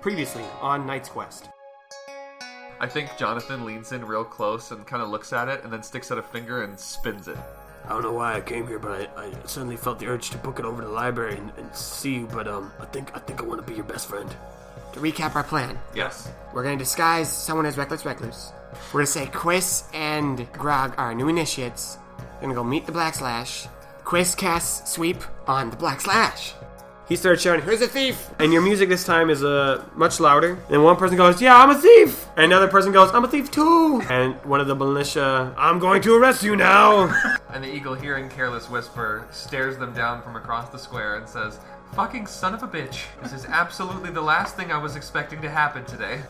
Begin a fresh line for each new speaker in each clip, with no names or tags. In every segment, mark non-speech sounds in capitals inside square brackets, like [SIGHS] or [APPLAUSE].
Previously on Knight's Quest.
I think Jonathan leans in real close and kind of looks at it and then sticks out a finger and spins it.
I don't know why I came here, but I, I suddenly felt the urge to book it over to the library and, and see you. But um, I think I think I want to be your best friend.
To recap our plan,
Yes.
we're going to disguise someone as Reckless Recluse. We're going to say Quiz and Grog are new initiates. We're going to go meet the Black Slash. Quiz casts Sweep on the Black Slash.
He starts shouting, Who's a thief? And your music this time is uh, much louder. And one person goes, Yeah, I'm a thief. And another person goes, I'm a thief too. [LAUGHS] And one of the militia, I'm going to arrest you now.
And the eagle, hearing Careless Whisper, stares them down from across the square and says, Fucking son of a bitch. This is absolutely the last thing I was expecting to happen today.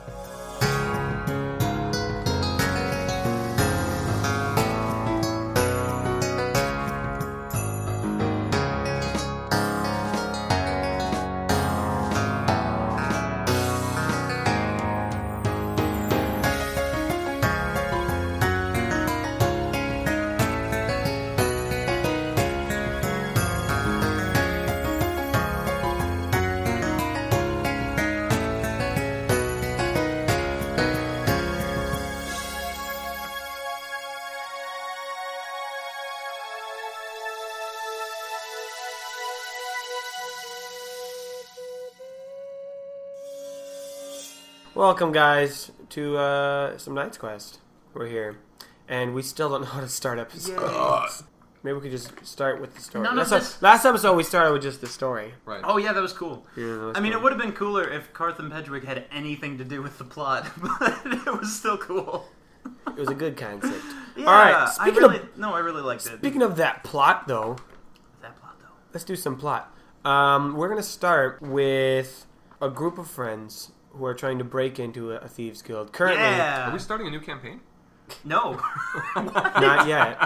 Welcome, guys, to uh, some Knight's Quest. We're here. And we still don't know how to start episodes. Maybe we could just start with the story.
None of
last,
this-
last episode, we started with just the story.
Right.
Oh yeah, that was cool.
that was
I mean,
cool.
it would have been cooler if Cartham Pedgwick had anything to do with the plot, [LAUGHS] but it was still cool.
It was a good concept.
Yeah,
All right,
I
speaking of-
really, no, I really liked it.
Speaking of that plot, though,
that plot though.
let's do some plot. Um, we're gonna start with a group of friends who are trying to break into a, a thieves guild. Currently,
Yeah,
starting a new campaign?
no. [LAUGHS]
not yet.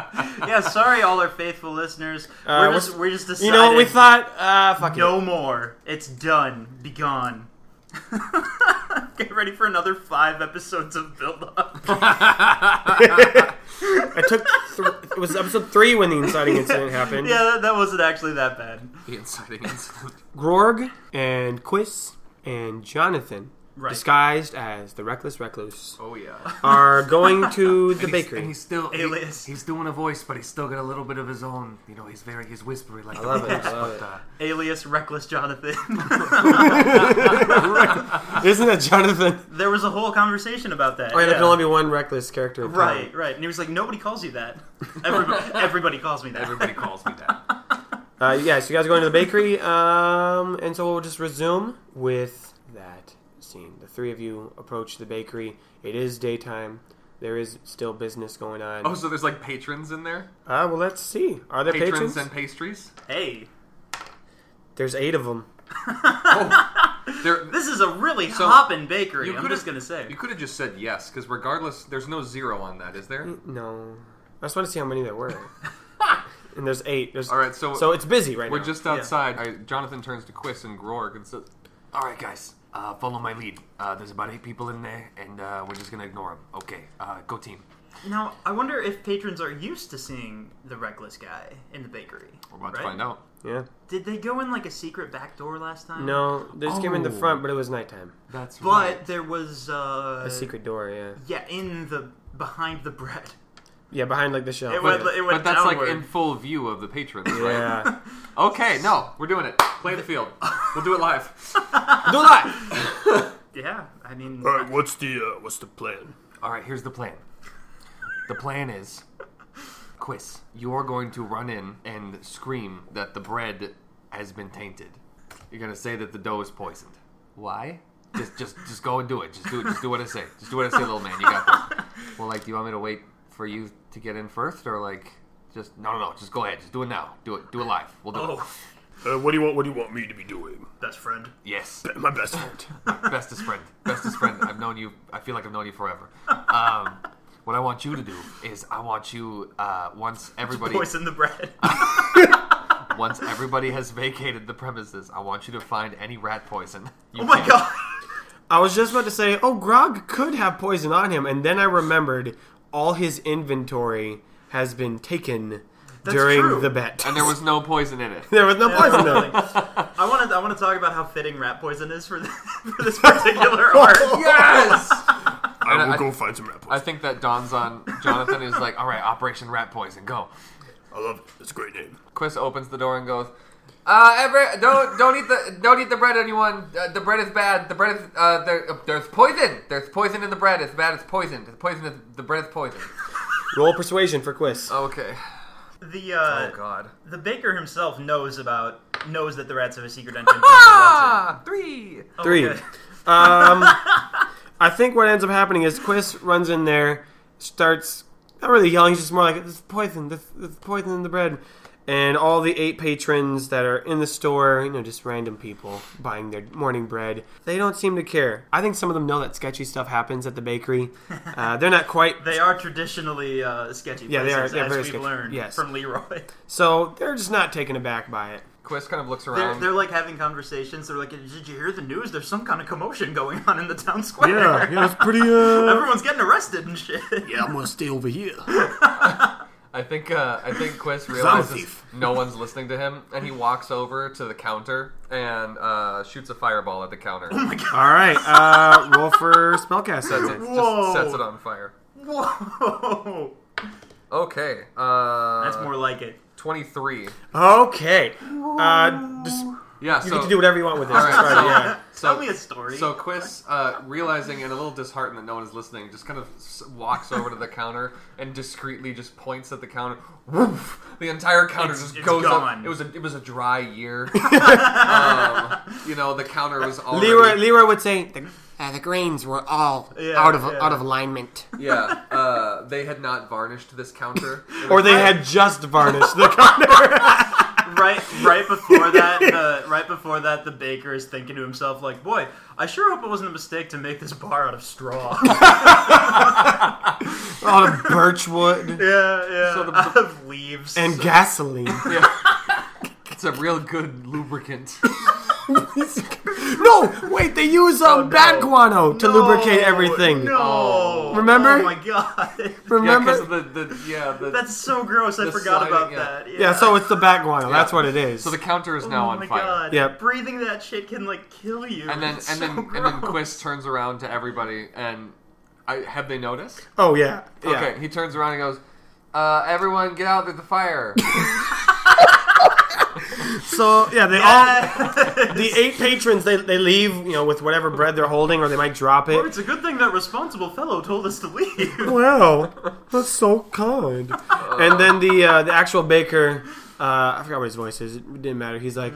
yeah, sorry, all our faithful listeners.
Uh,
we're just,
what's-
we're just deciding.
You know, we thought, uh, fuck it.
no more. It's done. Be gone. [LAUGHS] Get ready for another five episodes of build up.
I took. Th- it was episode three when the inciting
[LAUGHS]
incident happened.
yeah, that, that wasn't actually that bad.
The inciting
[LAUGHS]
incident.
Grorg and Quiss and Jonathan,
Right.
disguised as the reckless recluse,
oh, yeah.
are going
[LAUGHS]
to the
And he's-
bakery.
And he's still he-
Alias.
he's doing a voice, but he's still got a little bit of his own. You know, he's very he's whispery like I
love it, I love
uh,
Alias Reckless Jonathan.
[LAUGHS]
[LAUGHS]
Isn't it, Jonathan?
There was a whole conversation about that.
Oh, yeah, there
yeah.
can only be one reckless character. at a time.
Right, right. And he was like, nobody calls you that.
[LAUGHS]
Everybody, everybody calls me that.
Everybody calls me
[LAUGHS]
that.
Uh, yeah, so you guys are going to the bakery, um, and so we'll just resume with that scene. The three of you approach the bakery. It is daytime. There is still business going on.
Oh, so there's like patrons in there?
Ah, well, let's see. Are there
Patrons,
patrons?
and pastries?
Hey,
There's eight of them.
[LAUGHS] There,
Oh. this is a really
So,
hoppin' bakery.
you
I'm
could've-
just gonna say.
you could have just said yes, because regardless, there's no zero on that, is
Mm.
there?
No, I just want to see how many
[LAUGHS]
there were. and there's eight. There's
All right, so-
so it's busy right
We're
now.
just outside. I, Jonathan turns to Quiss and Grorg and says,
All right, guys, uh, follow my lead. Uh, there's about eight people in there, and uh, we're just gonna ignore them. Okay, uh, go team.
now, I wonder if patrons are used to seeing the reckless guy in the bakery.
We're about to
right?
find out.
yeah.
Did they go in like a secret back door last time?
No, they just came in the
Oh.
front, but it was nighttime.
That's
But there was uh,
A secret door. Yeah.
Yeah, in the behind the bread.
Yeah, behind like the shelf.
It went.
yeah.
It went
but that's
downward.
like in full view of the patrons, right? [LAUGHS]
yeah.
Okay, no, we're doing it. Play the
[LAUGHS]
field. We'll do it live.
Do that.
yeah, I mean,
All right, what's the uh, what's the plan?
All right, here's the plan. The plan is, Quiz, you're going to run in and scream that the bread has been tainted. You're gonna say that the dough is poisoned. Why? Just, just, just go and do it. Just do it. Just do what I say. Just do what I say, little man. You got this. Well, like, do you want me to wait for you to get in first, or like, just no, no, no. Just go ahead. Just do it now. Do it. Do it live. We'll do it.
oh,
Uh, what do you want? What do you want me to be doing? [LAUGHS]
best [LAUGHS] friend.
Yes.
My best friend.
bestest friend, bestest friend. I've known you. I feel like I've known you forever. Um, what I want you to do is, I want you uh, once everybody
Poison the [LAUGHS] bread.
once everybody has vacated the premises, I want you to find any rat poison. You
oh my
can.
god.
I was just about to say, oh, Grog could have poison on him, and then I remembered all his inventory has been taken
That's
during
true.
the bet.
And there was no poison in it.
[LAUGHS] there was
[LAUGHS]
no
Yeah,
poison in it.
totally. I want to. I want to talk about how fitting rat poison is for, the, [LAUGHS] for
[LAUGHS]
this particular art.
Yes!
I
And
will
I-
go find some rat
I
poison.
think that dawns on Jonathan is like, all right, Operation Rat Poison, go.
I, love it. It's a great name.
Chris opens the door and goes, uh, Everett, don't don't eat the don't eat the bread, anyone. Uh, the bread is bad. The bread is uh, there, uh, there's poison. There's poison in the bread. It's bad. It's poisoned. The poison is the bread is poison.
Roll persuasion for Quiz.
Okay.
The uh,
Oh God.
the baker himself knows about knows that the rats have a secret entrance. into the
Ah, three.
rats.
Three.
Oh, Okay.
Um, I think what ends up happening is Quiz runs in there, starts not really yelling, he's just more like "There's poison, there's, there's poison in the bread," and all the eight patrons that are in the store, you know, just random people buying their morning bread, they don't seem to care. I think some of them know that sketchy stuff happens at the bakery. Uh, they're not quite
They are traditionally uh, sketchy
Yeah, they
places,
are- they're
as
very
we've
sketchy.
learned
Yes.
from Leroy. [LAUGHS]
so they're just not taken aback by it.
Chris kind of looks
They're,
around.
they're like having conversations. They're like, "Did you hear the news? There's some kind of commotion going on in the town square. [LAUGHS]
Yeah, yeah, it's pretty. Uh...
Everyone's getting arrested
[LAUGHS]
and shit."
[LAUGHS] yeah, I'm gonna stay over here.
I think uh, I think Quest
Zombie
realizes
thief.
no one's listening to him, and he walks over to the counter and uh, shoots a fireball at the counter.
All right, uh, roll for spellcast. That's it.
Whoa.
Just sets it on fire.
Whoa,
Okay. Uh,
that's more like it.
twenty-three.
Okay, uh, just, you
Yeah. so
get to do whatever you want with this.
[LAUGHS]
All right,
That's right,
so-
yeah.
So-
Tell me a story.
So Quiz, uh, realizing and a little disheartened that no one is listening, just kind of s- walks over to the counter and discreetly just points at the counter. Woof! The entire counter
It's-
just
it's
goes
gone.
up. It was a it was a dry
[LAUGHS]
year. um, you know, the counter was already
Leroy, Leroy would say, "The
Uh, the grains were all
Yeah,
out of
yeah.
out of alignment.
yeah. Uh, they had not varnished this
[LAUGHS]
counter, It
or
was-
they had just varnished the counter.
right, right before that, the, right before that, the baker is thinking to himself, like, "Boy, I sure hope it wasn't a mistake to make this bar out of straw." [LAUGHS] yeah,
out of birch wood
yeah,
So the-
out of leaves.
and gasoline.
It's a real
[LAUGHS]
good lubricant.
[LAUGHS] no, wait, they use um, bat guano to lubricate
No,
everything.
No,
Remember?
Oh my god,
Yeah,
Remember?
because
Yeah,
of the, the yeah the
[LAUGHS] that's so gross. I
The
forgot
sliding,
about
yeah.
that. Yeah.
so it's the bat guano. That's what it is.
so the counter is now
oh
on
my
fire.
god,
Yep.
breathing that shit can like kill you.
And then
It's
and
so
then and then
gross.
Quist turns around to everybody and I, have they noticed?
oh yeah, yeah.
Okay, he turns around and goes, uh, "Everyone, get out! There's
[LAUGHS]
a fire!"
So yeah, they
Yeah.
all the eight patrons they, they leave you know with whatever bread they're holding, or they might drop
Or
it.
it's a good thing that responsible fellow told us to leave.
Wow, that's so kind. and then the uh, the actual baker, uh, I forgot what his voice is. It didn't matter. He's like,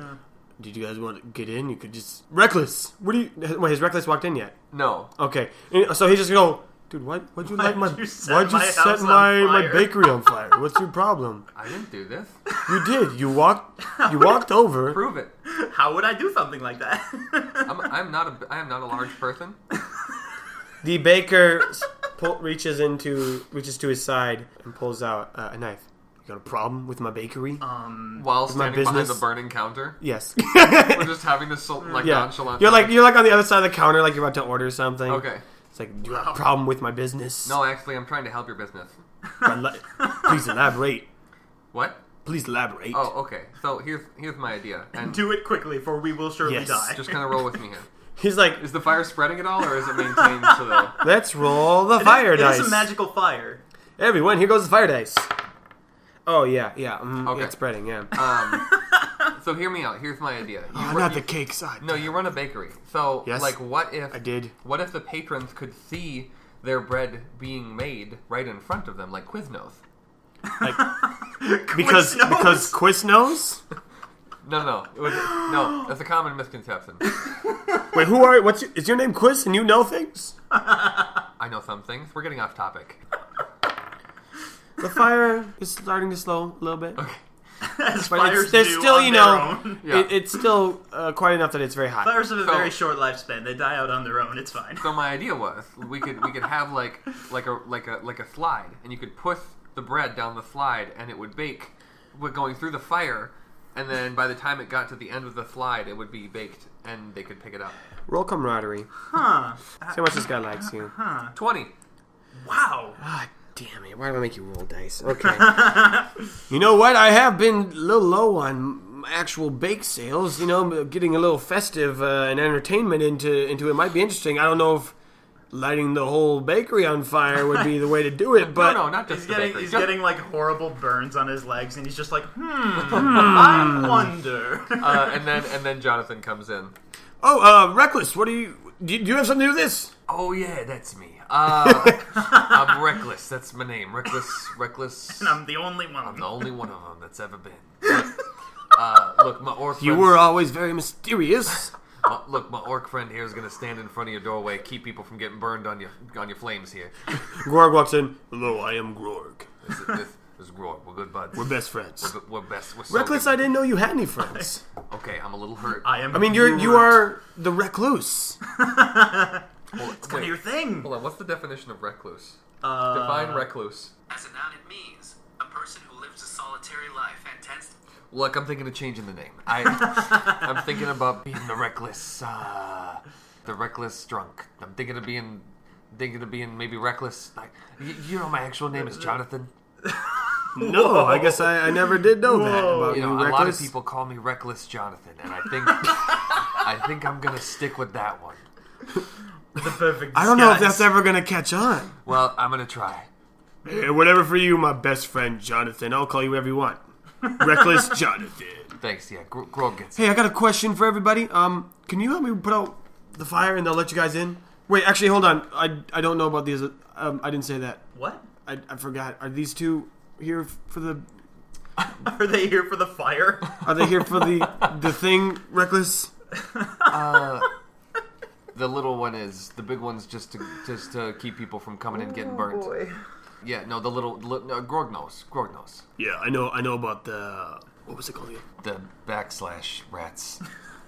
"Did you guys want to get in? You could just reckless. What do you? Wait, has reckless walked in yet?
No,
Okay, And so he just go, dude. Why, why'd you light my?
you set
why'd you
my
set
house
my,
on
my
fire?"
bakery on fire? What's your problem?
I didn't do this.
You did. You
[LAUGHS]
walked. You walked over.
Prove it.
How would I do something
[LAUGHS]
like that?
I'm, I'm not a I am not a large person.
The baker s- pull, reaches into reaches to his side and pulls out uh, a knife. You got a problem with my bakery?
Um,
While
my
standing behind the
business.
burning counter,
yes. [LAUGHS]
we're just having this so, like
yeah.
nonchalant.
You're like you're like on the other side of the counter, like you're about to order something.
okay.
It's like you have a problem with my business.
No, actually, I'm trying to help your business.
Eli- Please elaborate.
What?
Please elaborate.
Oh, okay. So here's here's my idea, and
[LAUGHS] do it quickly, for we will surely
Yes,
die.
just
[LAUGHS]
kind of roll with me here.
He's like,
Is the fire spreading at all, or is it maintained to the?
let's roll the fire
it is,
dice.
It is a magical fire. [LAUGHS]
Everyone, here goes the fire dice. Oh yeah, yeah. Mm,
Okay.
It's spreading. Yeah.
Um,
[LAUGHS]
so hear me out. Here's my idea. You
Oh,
were-
not
you-
the cake side.
No, you run a bakery. So,
Yes.
like, what if
I did.
What if the patrons could see their bread being made right in front of them, like Quiznos?
because
Quiznos.
because Quiz knows.
No, no, it was,
[GASPS]
no. That's a common misconception.
Wait, who are? What's your, is your name? Quiz, and you know things.
I know some things. We're getting off topic.
The fire is starting to slow a little bit.
As
But it's-
fires
there's
do
still,
on
you
their
know,
own. [LAUGHS]
Yeah.
It, it's still uh, quite enough that it's very hot.
Fires have a
So-
very short lifespan. They die out on their own.
[LAUGHS]
It's fine.
so my idea was we could we could have like like a like a like a slide, and you could push the bread down the slide, and it would bake, with going through the fire, and then by the time it got to the end of the slide, it would be baked, and they could pick it up.
Roll camaraderie. See
Huh.
how much this guy likes you.
Twenty.
Wow.
God
Damn it! Why do I make you roll dice? Okay.
You know what? I have been a little low on actual bake sales. You know, getting a little festive uh, and entertainment into into it might be interesting. I don't know if lighting the whole bakery on fire would be the way to do it, but
no, no, not just
He's
the
getting
bakery.
he's
Just-
getting like horrible burns on his legs, and he's just like, hmm, I wonder. [LAUGHS]
uh, and then and then Jonathan comes in.
oh, uh, reckless. What do you do? You do you have something to do with this?
Oh yeah, that's me. Uh, I'm reckless. That's my name. Reckless, reckless.
I'm the only one.
I'm the only one of them that's ever been. Uh, look, my orc.
You
friends-
were always very mysterious.
Uh, look, my orc friend here is gonna stand in front of your doorway, keep people from getting burned on your on your flames here.
Gorg walks in. Hello, I am Gorg.
This, this, this Grog, we're good buds.
We're best friends.
We're, we're best. We're so
Reckless, I
good.
didn't know you had any friends.
Okay, I'm a little hurt.
I am.
I mean, you're you are the recluse.
Hold,
kind of your
wait,
[LAUGHS]
thing.
hold on. What's the definition of recluse?
Uh,
Define recluse.
As a noun, it means a person who lives a solitary life and tends
Look, I'm thinking of changing the name. I,
[LAUGHS]
I'm thinking about being the reckless, uh, the reckless drunk. I'm thinking of being, thinking of being maybe reckless. Like, you, you know, my actual name is Jonathan.
[LAUGHS] No, Oh, I
[LAUGHS]
guess I, I never did know that
Whoa.
about
You
you,
know, a
reckless.
lot of people call me Reckless Jonathan, and I think, I think I'm gonna stick with that one.
the perfect.
I don't know if
disguise.
that's ever gonna catch on.
Well, I'm gonna try.
Uh,
Eh, whatever for you, my best friend Jonathan. I'll call you whatever you [LAUGHS] want. Reckless Jonathan.
Thanks. Yeah, Gro- Grog gets it.
Hey, I got a question for everybody. Um, can you help me put out the fire and they'll let you guys in? Wait, actually, hold on. I, I don't know about these. Um, I didn't say that.
What?
I, I forgot. Are these two here f- for the?
Are they here for
[LAUGHS]
the fire?
Are they here for the the thing? Reckless.
The little one is the big one's just to just to keep people from coming and getting burnt. Yeah, no, the little li- no, Grog knows. Grog knows.
Yeah, I know. I know about the what was it called? again?
The backslash rats.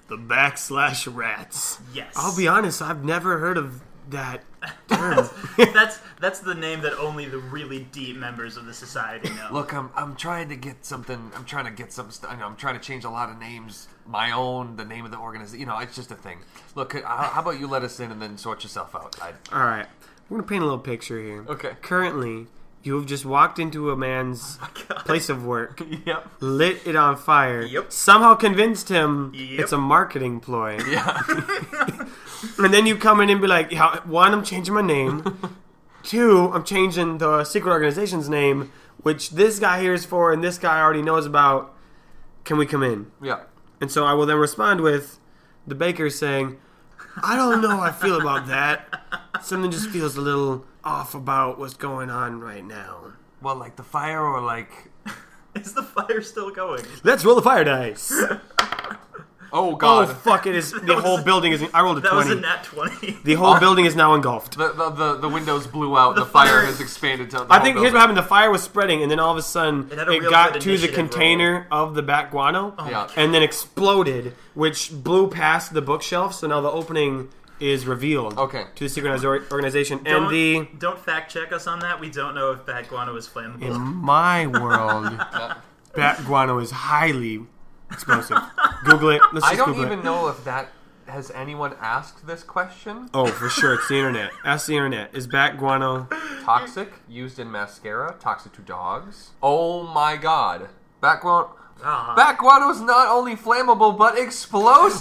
The backslash rats.
Yes.
I'll
[LAUGHS]
be honest. I've never heard of that term.
That's that's the name that only the really deep members of the society know.
Look, I'm I'm trying to get something. I'm trying to get some. St- I know, I'm trying to change a lot of names. My own, the name of the organization. You know, it's just a thing. Look, h- how, how about you let us in and then sort yourself out? I,
All right, I'm gonna paint a little picture here.
Okay.
Currently, you have just walked into a man's
Oh
place of work,
yep.
lit it on fire.
Yep.
Somehow convinced him
Yep.
it's a marketing ploy,
[LAUGHS] yeah,
and then you come in and be like, "Yeah, one, I'm changing my
[LAUGHS]
name. Two, I'm changing the secret organization's name, which this guy here is for, and this guy already knows about. Can we come in?"
yeah.
And so I will then respond with the baker saying, I don't know how I feel about that. Something just feels a little off about what's going on right now.
Well, like the fire, or like
Is the fire still going?
Let's roll the fire dice.
oh
Oh,
god,
fuck, it is. The whole building is. I rolled a
That was a
20.
nat twenty.
The whole building is now engulfed.
the, the the the windows blew out. The, fire
fire-
has expanded to. The
I
whole
think here's
building.
what happened. The fire was spreading, and then all of a sudden,
It
it,
had a real
got
good
to the
initiative Oh roll.
container of the back guano,
Yeah.
and then exploded, which blew past the bookshelf. So now the opening is revealed.
Okay.
To the secret organization,
Don't,
and the
don't fact check us on that. We don't know if bad guano is flammable.
In my
[LAUGHS]
world, bat guano is highly explosive. Google it. Let's just
I don't
Google
even
it.
know if that has anyone asked this question.
Oh, for sure, it's the internet. Ask the internet. Is bat guano?
Toxic used in mascara. Toxic to dogs. Oh my god, background.
Ah,
Backwater is not only flammable but explosive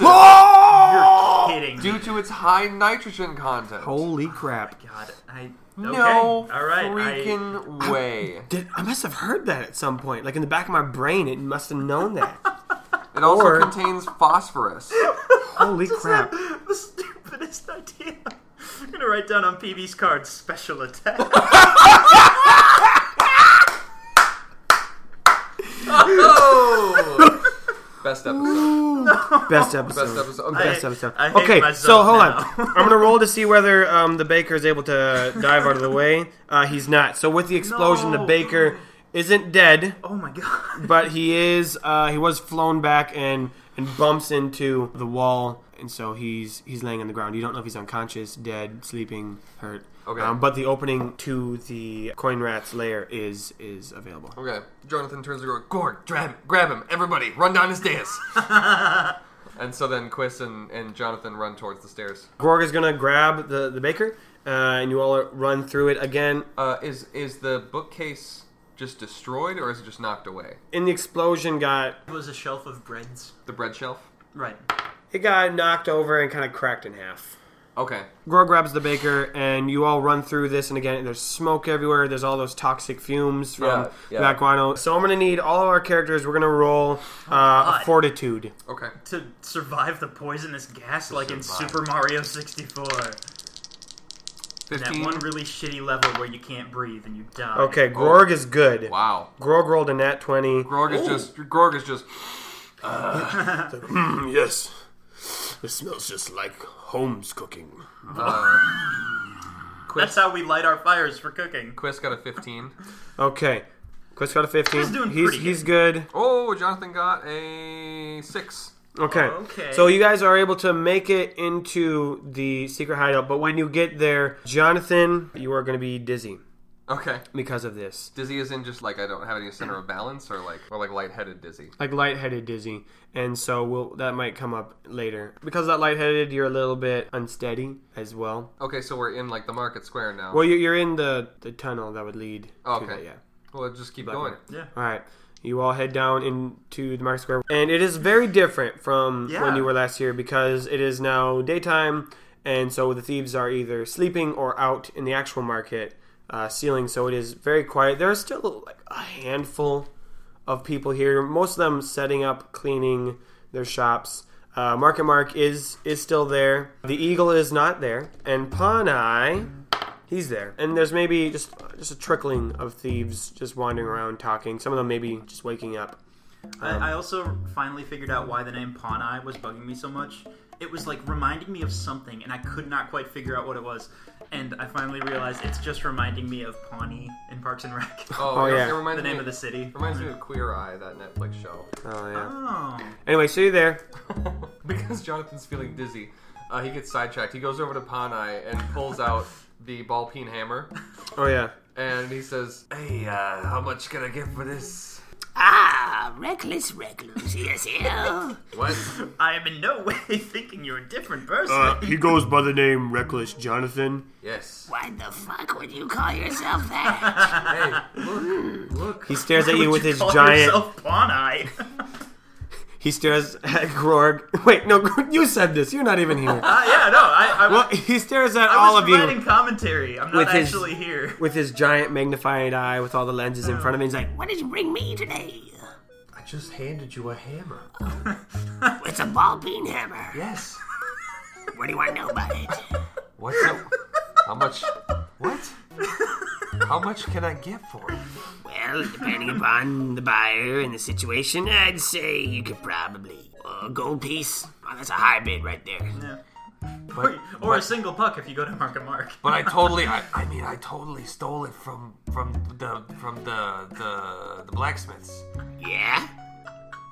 kidding. me.
due to its high nitrogen content.
Holy crap!
God, I okay.
No
All right, I,
[LAUGHS]
freaking way.
Did, I must have heard that at some point. Like in the back of my brain, it must have known that.
It also
or-
contains
[LAUGHS]
phosphorus.
Holy crap!
[LAUGHS] the stupidest idea. I'm gonna write down on PB's card special attack.
Oh! Best episode.
Best episode.
Best episode.
I-
Best episode.
I hate
okay,
myself
so hold
now.
on. I'm gonna roll
[LAUGHS]
to see whether um, the baker is able to dive out of the way. Uh, he's not. So with the explosion,
No.
the baker isn't dead.
Oh my god.
but he is uh, he was flown back and and bumps into the wall and so he's he's laying on the ground you don't know if he's unconscious dead sleeping hurt
Okay.
um, but the opening to the coin rat's lair is is available
Okay, Jonathan turns to Gorg. Gorg, grab, grab him! Everybody, run down his stairs. and so then Quiss and, and Jonathan run towards the stairs.
Gorg is gonna grab the the baker uh, and you all run through it again.
Uh, is is the bookcase just destroyed or is it just knocked away?
In the explosion, got
It was a shelf of breads.
The bread shelf.
Right.
it got knocked over and kind of cracked in half.
Okay.
Grog grabs the baker, and you all run through this. And again, there's smoke everywhere. There's all those toxic fumes from
Yeah,
that
yeah.
guano. So I'm gonna need all of our characters. We're gonna roll uh, a fortitude.
Okay.
To survive the poisonous gas like in
survive.
Super Mario 64. That
Fifteen.
one really shitty level where you can't breathe and you die.
Okay, Grog is good.
Oh. Wow.
Grog rolled a nat twenty.
Grog is just Grog is just
Mm, yes. This smells just like Holmes cooking.
That's how we light our fires for cooking.
Quist got a fifteen.
Okay, Quest got a fifteen.
He's doing
he's
pretty
he's good.
Oh, Jonathan got a six.
Okay.
Okay.
So you guys are able to make it into the secret hideout, but when you get there, Jonathan, you are going to be dizzy
Okay.
because of this.
Dizzy is in just like I don't have any center of balance or like or like lightheaded dizzy.
Like lightheaded dizzy. And so we'll, that might come up later. Because of that lightheaded, you're a little bit unsteady as well.
Okay, so we're in like the market square now.
Well, you- you're in the, the tunnel that would lead
Okay.
to that, yeah.
Well, let's just keep going.
All right. You all head down into the market square, and it is very different from
Yeah.
when you were last here because it is now daytime, and so the thieves are either sleeping or out in the actual market uh, ceiling. So it is very quiet. There are still like a handful of people here. Most of them setting up, cleaning their shops. Uh, market Mark is is still there. The Eagle is not there, and Panai. He's there, and there's maybe just just a trickling of thieves just wandering around talking. Some of them maybe just waking up. Um,
I, I also finally figured out why the name Pawnee was bugging me so much. It was like reminding me of something, and I could not quite figure out what it was. And I finally realized it's just reminding me of Pawnee in Parks and Rec,
Oh,
yeah.
It reminds
[LAUGHS] the name
me,
of the city.
Reminds me of Queer Eye, that Netflix show. [LAUGHS]
Oh yeah.
Oh,
Anyway, so you're there.
because Jonathan's feeling dizzy, uh, he gets sidetracked. He goes over to Panai and pulls
[LAUGHS]
out the ball peen hammer,
Oh yeah.
and he says, "Hey, uh, how much can I get for this?"
Ah, reckless recluse, yes, you.
[LAUGHS]
What?
I am in no [LAUGHS] way thinking you're a different person. [LAUGHS]
Uh, he goes by the name Reckless Jonathan.
yes.
Why the fuck would you call yourself that?
Hey, look, look.
He stares at
[LAUGHS] Would
you with his
call
giant.
yourself Pawnee?
[LAUGHS] He stares at Grog. [LAUGHS] Wait, no, Grog, you said this. You're not even here.
Ah, yeah, no, I, I,
well, he stares at
[LAUGHS] I
all
was
of
providing
you
commentary. I'm not
With his-
actually here.
[LAUGHS] with his giant magnifying eye with all the lenses
Oh.
in front of him. He's like,
Why did you bring me today?
I just handed you a hammer.
It's a ball peen hammer.
Yes.
What do you want to know about it?
What's up? How
[LAUGHS]
much? What? How much can I get for it?
Well, depending upon the buyer and the situation, I'd say you could probably. A gold piece? Oh, that's a high bid right there.
Or,
But,
or a single puck if you go to Mark and Mark. [LAUGHS]
but I totally. I, I mean, I totally stole it from from the from the the, the blacksmiths.
Yeah?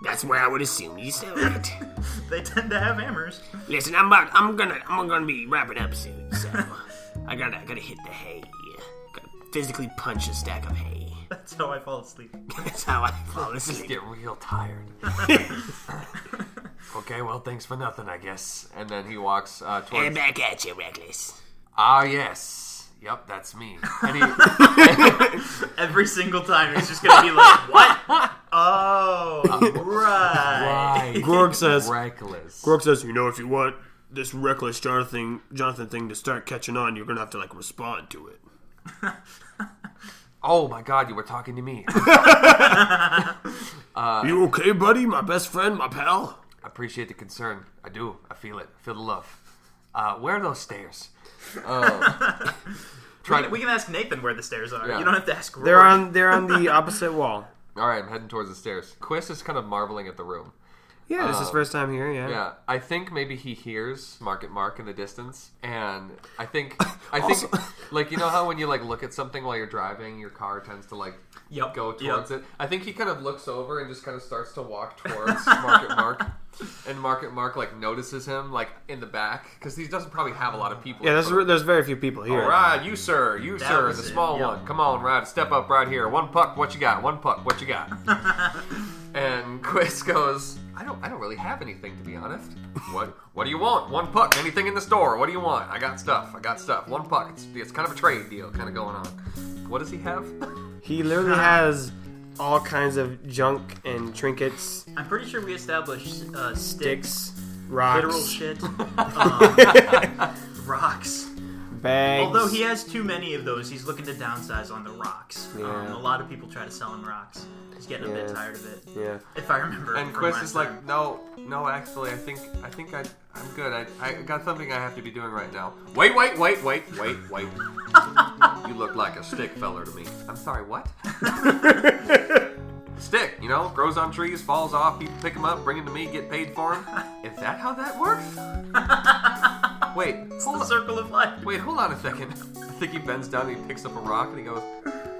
That's where I would assume you sell it.
They tend to have hammers. [LAUGHS]
Listen, I'm about, I'm gonna I'm gonna be wrapping up soon, so uh, I gotta I gotta hit the hay. Gotta physically punch a stack of hay. [LAUGHS]
That's how I fall asleep.
That's how I fall asleep.
Get real tired. okay, well, thanks for nothing, I guess.
And then he walks uh,
And
towards.
back at you, reckless.
Ah, yes. Yep, that's me. And he,
Every single time, he's just gonna be
[LAUGHS]
like, "What? Oh, right."
I
Grog says,
reckless.
Brooke says, you know, if you want this Reckless Jonathan Jonathan thing to start catching on, you're gonna have to like respond to it.
Oh my God, you were talking to me. [LAUGHS] I
Uh,
you okay, buddy? My best friend, my pal.
appreciate the concern. I do. I feel it. I feel the love. Uh, where are those stairs? Uh, trying to.
We can ask Nathan where the stairs are.
Yeah.
You don't have to ask. Rory.
"They're on. Um, They're on the [LAUGHS] opposite wall."
All right, I'm heading towards the stairs. Quist is kind of marveling at the room.
Yeah, this is his first time here. Yeah.
Yeah, I think maybe he hears Market Mark in the distance, and I think I think like you know how when you like look at something while you're driving, your car tends to like
Yep,
go
yep.
towards it. I think he kind of looks over and just kind of starts to walk towards Market Mark, and Market Mark like notices him like in the back because he doesn't probably have a lot of people.
Yeah.
in
There's
front of him.
there's very few people here.
All right, you sir, you sir,
was
the
it,
small
yep.
one. Come on, Rod, step up right here. One puck, what you got? One puck, what
[LAUGHS]
you got? and Quist goes, I don't, I don't really have anything to be honest. What? What do you want? One puck. Anything in the store? What do you want? I got stuff. I got stuff. One puck. It's, it's kind of a trade deal, kind of going on. What does he have?
He literally
[LAUGHS]
has all kinds of junk and trinkets,
I'm pretty sure we established uh, sticks,
sticks,
literal
rocks, [LAUGHS]
shit, um, rocks.
bags.
Although he has too many of those, he's looking to downsize on the rocks. Um,
Yeah.
a lot of people try to sell him rocks. He's getting a bit
Yeah.
tired of it,
yeah.
if I remember.
And
from
Chris
last
is
time.
like, no, no, actually, I think, I think I, I'm good. I, I got something I have to be doing right now. Wait, wait, wait, wait, wait, wait. you look like a stick feller to me. I'm sorry, what? [LAUGHS] Stick, you know, grows on trees, falls off. People pick them up, bring them to me, get paid for them. Is that how that works? [LAUGHS] wait, hold
the
on.
circle of life.
Wait, hold on a second. [LAUGHS] I think he bends down and he picks up a rock and he goes,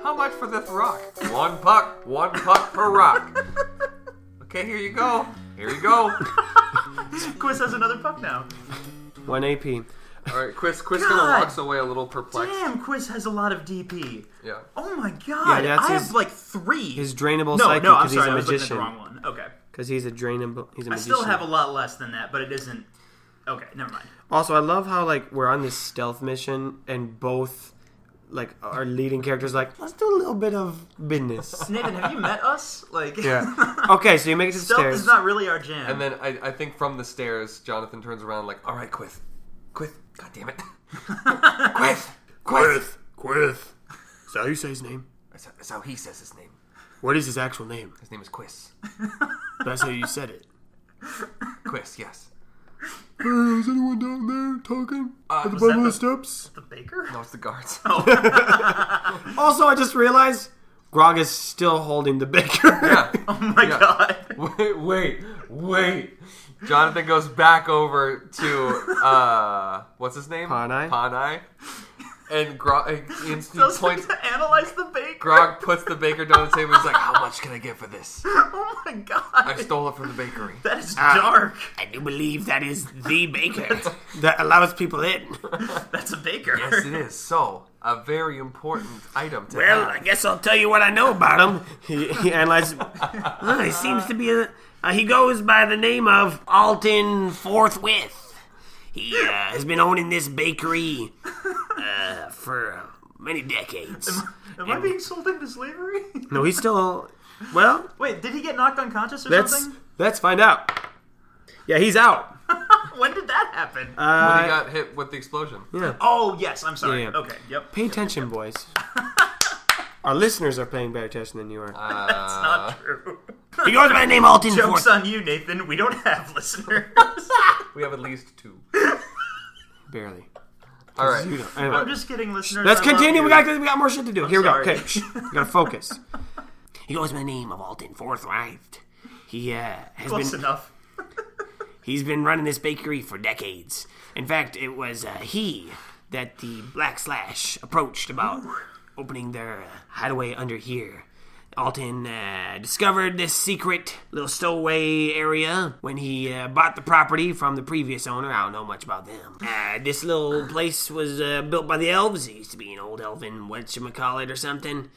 How much for this rock? [LAUGHS] One puck, one puck per rock. Okay, here you go. Here you go.
Chris has another puck now.
One AP.
Alright, Chris Chris kinda
God.
walks away a little perplexed.
Damn, Quiz has a lot of DP.
Yeah.
Oh my god,
that's
I
his-
have like three.
His drainable
no,
psyche
no, I'm
because he's
sorry,
a
I was looking at the
magician.
wrong one. Okay,
Because he's a drainable. He's a
I
magician.
still have a lot less than that, but it isn't. Okay, never mind.
Also, I love how like we're on this stealth mission and both like our leading characters like let's do a little bit of
[LAUGHS]
business.
Nathan, have you met us? Like,
okay, so you make it to the
[LAUGHS] stealth
stairs.
is not really our jam.
And then I, I think from the stairs, Jonathan turns around like, Alright, Quith. Quith, god damn it. Quith! Quith!
Quith. Quith. Is that how you say his name?
That's how- That's how he says his name.
What is his actual name?
His name is Quiz.
That's how you said it.
Quiz, yes.
Hey, is anyone down there talking
Uh,
at the
was that
bottom of the
the-
steps?
the baker.
That was the guards.
also, I just realized Grog is still holding the baker. [LAUGHS]
Yeah.
[LAUGHS] Oh my god.
Wait, [LAUGHS] wait, wait. Jonathan goes back over to uh, what's his name?
Panai.
Panai. And Grog instantly
Doesn't
points.
analyze the baker. [LAUGHS]
Grog puts the baker down the table. He's like, "How much can I get for this?
Oh my god.
I stole it from the bakery."
that is
Ah.
dark.
I do believe that is the baker [LAUGHS] that allows people in.
That's a baker.
Yes, it is. So, a very important item to
Well, I
have.
guess I'll tell you what I know about him.
he, he analyzes.
Uh, he seems to be a. Uh, he goes by the name of Alton Forthwith. He uh, has been owning this bakery uh, for uh, many decades.
Am I being sold into slavery?
No, he's still.
Well,
[LAUGHS] Wait, did he get knocked unconscious or
Let's
something?
let's find out. Yeah, he's out.
When did that happen?
When he
Uh,
got hit with the explosion.
oh yes, I'm sorry.
yeah.
Okay, yep.
pay attention, boys.
[LAUGHS]
Our listeners are playing better attention than you are.
Uh,
That's
Uh,
uh, [LAUGHS]
not true.
he goes by the name
[LAUGHS]
Alton
Jokes
Forthwith.
on you, Nathan. We don't have [LAUGHS] listeners.
We have at least two.
Barely.
All right.
You know, anyway.
I'm just kidding, listeners.
Let's
I love
continue. We
you.
got we got more shit to do. Here we
sorry.
go. Okay, Shh. we gotta focus.
He goes by the name of Alton Forthright. He uh, has
close
been
enough.
he's been running this bakery for decades. In fact, it was uh, he that the Black Slash approached about opening their uh, hideaway under here. Alton uh, discovered this secret little stowaway area when he uh, bought the property from the previous owner. I don't know much about them. Uh, this little place was uh, built by the elves. It used to be an old elven whatchamacallit or something.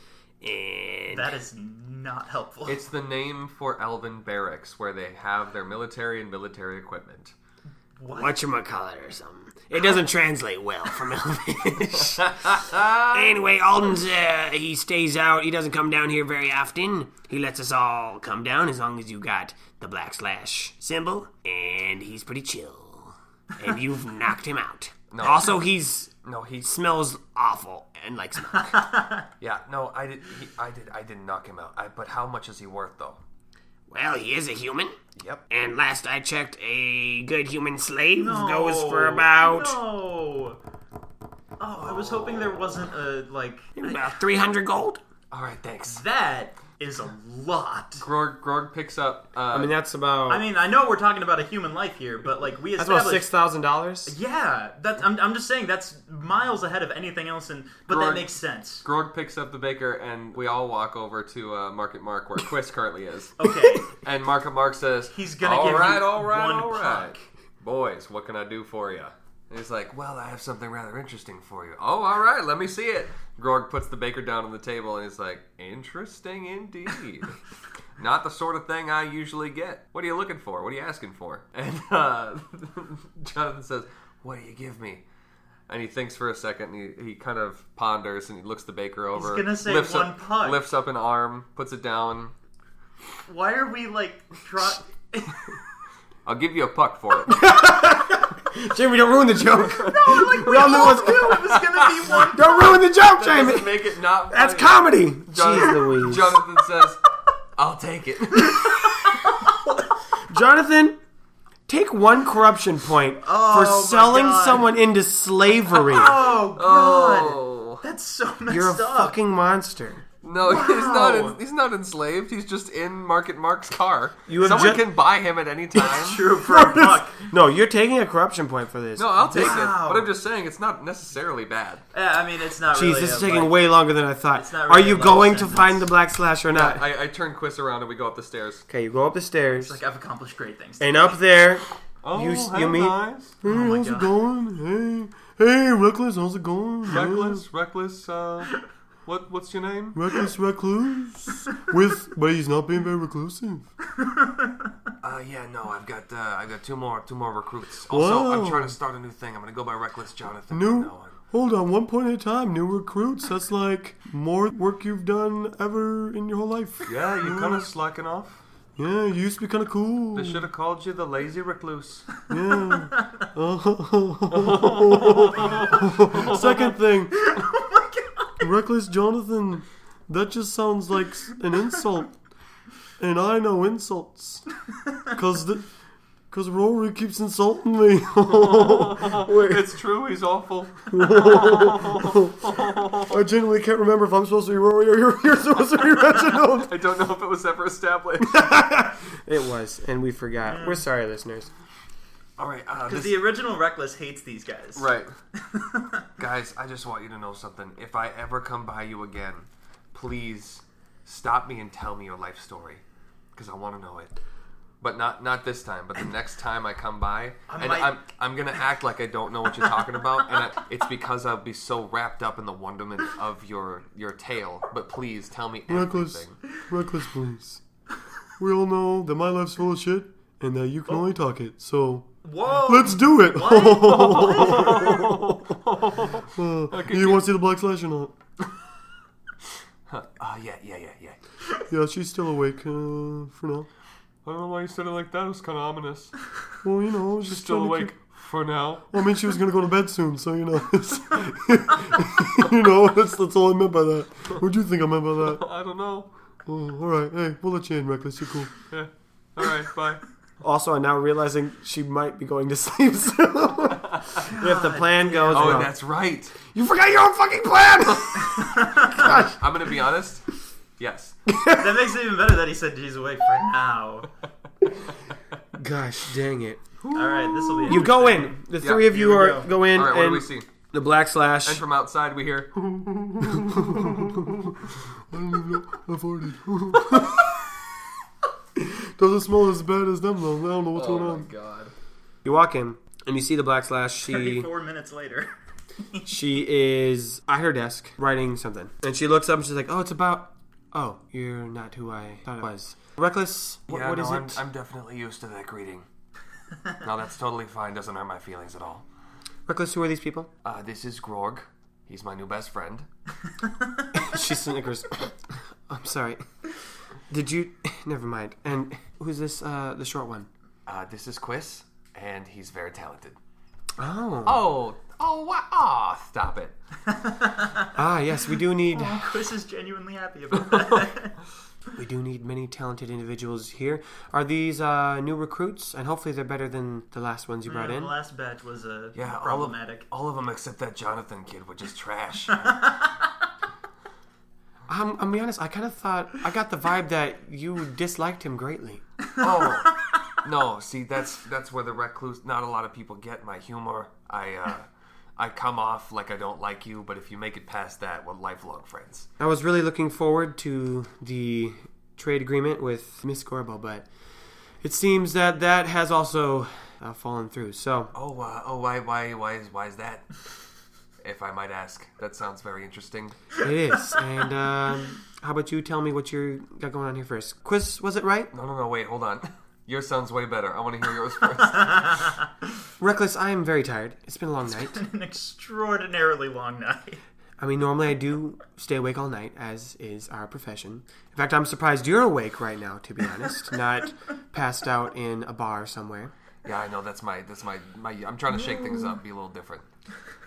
And
That is not helpful.
It's the name for Elven Barracks, where they have their military and military equipment.
whatchamacallit or something. It doesn't translate well
[LAUGHS]
from Elvish. anyway, Alden's, uh, he stays out. He doesn't come down here very often. He lets us all come down as long as you got the black slash symbol. And he's pretty chill.
[LAUGHS]
And you've knocked him out. Also, he's
No, he
smells awful and like smoke.
Yeah, no, I did. He, I did. I didn't knock him out. I, but how much is he worth, though?
well, he is a human.
Yep.
And last I checked, a good human slave
No,
goes for about
No. Oh, I was hoping there wasn't a like
about 300 gold.
All right, thanks.
that is a lot.
Grog, Grog picks up. Uh,
I mean, that's about
I mean, I know we're talking about a human life here, but like we
that's about
established
six thousand
[LAUGHS]
dollars.
Yeah, that I'm, I'm just saying that's miles ahead of anything else, and but
Right.
that makes sense.
Grog picks up the baker, and we all walk over to uh, Market Mark, where Quist currently is.
Okay,
And Market Mark says,
He's gonna
"All
give you
right, all right,
one
all right,
puck."
boys. What can I do for you?" And he's like, "Well, I have something rather interesting for you." Oh, all right, let me see [LAUGHS] it. Grog puts the baker down on the table, and he's like, "Interesting indeed." Not the sort of thing I usually get. What are you looking for? What are you asking for? And uh, [LAUGHS] Jonathan says, What do you give me? And he thinks for a second and he, he kind of ponders and he looks the baker over.
gonna say
lifts
one
up,
pug.
Lifts up an arm, puts it down.
Why are we like try? [LAUGHS]
I'll give you a puck for it.
Jamie, don't ruin the joke.
like we all knew it was gonna be one.
don't ruin the joke,
[LAUGHS] [LAUGHS]
[LAUGHS]
Doesn't
Jamie.
make it not
That's
funny.
comedy.
Jonathan-
Jeez Louise.
Jonathan says, I'll take [LAUGHS] it.
Jonathan, take one corruption point for selling
God.
someone into [LAUGHS] slavery.
Oh god,
Oh.
that's so messed
You're a
up.
fucking monster.
No, he's not. en- he's not enslaved. He's just in Market Mark's car.
You have
Someone
ju-
can buy him at any time.
True for [LAUGHS] a buck.
No, Oh, you're taking a corruption point for this.
No, I'll take
Wow.
it. But I'm just saying, it's not necessarily bad.
Yeah, I mean it's not
Jeez,
really.
this is
a
taking
buck.
way longer than I thought.
It's not
Are
really
you
a love
going to
sentence.
find the black slash or not?
I, I turn Quiz around and we go up the stairs.
okay, you go up the stairs,
Like I've accomplished great things.
and [LAUGHS] up there,
Oh,
You s- hey, you meet-
guys.
hey,
my
how's it
God.
going? Hey, hey, reckless, how's it going? Hey,
reckless, reckless. Uh, what what's your name?
reckless, [LAUGHS] recluse. With, but he's not being very reclusive.
Uh, yeah, no, I've got uh, I've got two more two more recruits. Also, I'm
Wow.
trying to start a new thing. I'm gonna go by Reckless Jonathan. from
New-
now on.
Hold on, one point at a time. New recruits. That's like more work you've done ever in your whole life.
Yeah, you kind of slacking off.
Yeah, you used to be kind of cool.
I should have called you the lazy recluse.
Yeah. Mm. Second thing. Reckless Jonathan. That just sounds like s- an insult. And I know insults. Because Cause Rory keeps insulting me. [LAUGHS]
it's true. He's awful.
I genuinely can't remember if I'm supposed to be Rory or you're, you're supposed to be Reginald.
[LAUGHS] I don't know if it was ever established.
It was, and we forgot. We're sorry, listeners.
All right, uh,
Because
this,
the original Reckless hates these guys.
[LAUGHS] right, guys. I just want you to know something. If I ever come by you again, please stop me and tell me your life story, because I want to know it. But not not this time. But the next time I come by, and
might-
I'm I'm gonna act like I don't know what you're talking about, and I, it's because I'll be so wrapped up in the wonderment of your your tale. But please tell me
Reckless,
everything.
reckless, please. We all know that my life's full of shit, and that you can only talk it. So
Whoa.
let's do it. [LAUGHS]
Okay,
you want to see the black slash or not?
Uh, yeah, yeah, yeah, yeah.
Yeah, she's still awake uh, for now.
I don't know why you said it like that. It was kind of ominous.
Well, you know, she's
Still awake for now.
well, I mean, she was gonna go to bed soon, so you know, it's, [LAUGHS] you know, that's that's all I meant by that. What do you think I meant by that? [LAUGHS]
I don't know.
Oh, all right, hey, we'll let you in, reckless. You're cool.
Yeah. All right, bye.
Also, I'm now realizing she might be going to [LAUGHS] sleep soon. if the plan goes
[LAUGHS] Oh,
wrong.
that's right.
You forgot your own fucking plan!
I'm gonna be honest. Yes.
That makes it even better that he said he's awake for now.
[LAUGHS] Gosh dang it.
All right, this will be.
You go in. The three of you
here we
are
go.
go, in
All right. What do
and
we see?
the black slash.
And from outside, we hear.
[LAUGHS]
I farted. Doesn't smell as bad as them though. I don't know what's going on.
Oh, God.
You walk in and you see the black slash. She
Thirty-four minutes later.
[LAUGHS]
[LAUGHS]
she is at her desk writing something, and she looks up and she's like, "Oh, it's about. Oh, you're not who I thought it was. Reckless. What,
Yeah,
what
no,
is
I'm,
it?
I'm definitely used to that
[LAUGHS]
greeting. no, that's totally fine. Doesn't hurt my feelings at all.
Reckless. Who are these people? [LAUGHS]
Uh, this is Grog. He's my new best friend.
She snickers. [COUGHS] I'm sorry. Did you? [LAUGHS] Never mind. And who's this? Uh, the short one.
Uh, this is Quiz, and he's very talented.
Oh.
Oh, oh, wow! Ah, stop it.
Ah, yes, we do [LAUGHS] need
Chris is genuinely happy
[LAUGHS]
about that.
we do need many talented individuals here. Are these uh, new recruits? And hopefully they're better than the last ones you brought
the
in.
last batch was uh,
Yeah, all of,
problematic. [LAUGHS]
all of them except that Jonathan kid, which is
[LAUGHS]
trash.
I'm, I'm be honest. I kind of thought I got the vibe that you disliked him greatly.
Oh no! See, that's that's where the recluse. Not a lot of people get my humor. I uh, I come off like I don't like you, but if you make it past that, we're lifelong friends.
I was really looking forward to the trade agreement with Miss Corbo, but it seems that that has also uh, fallen through. So
Oh, uh, oh, why, why, why is why is that? if I might ask. That sounds very interesting.
It is. And um, how about you tell me what you got going on here first? Quiz, was it right?
No, no, no, wait, hold on. Yours sounds way better. I want to hear yours first.
Reckless, I am very tired. It's been a long night.
An extraordinarily long night. [LAUGHS]
I mean, normally I do stay awake all night, as is our profession. In fact, I'm surprised you're awake right now, to be [LAUGHS] honest, not passed out in a bar somewhere.
yeah, I know that's my that's my my. I'm trying to shake things up, be a little different,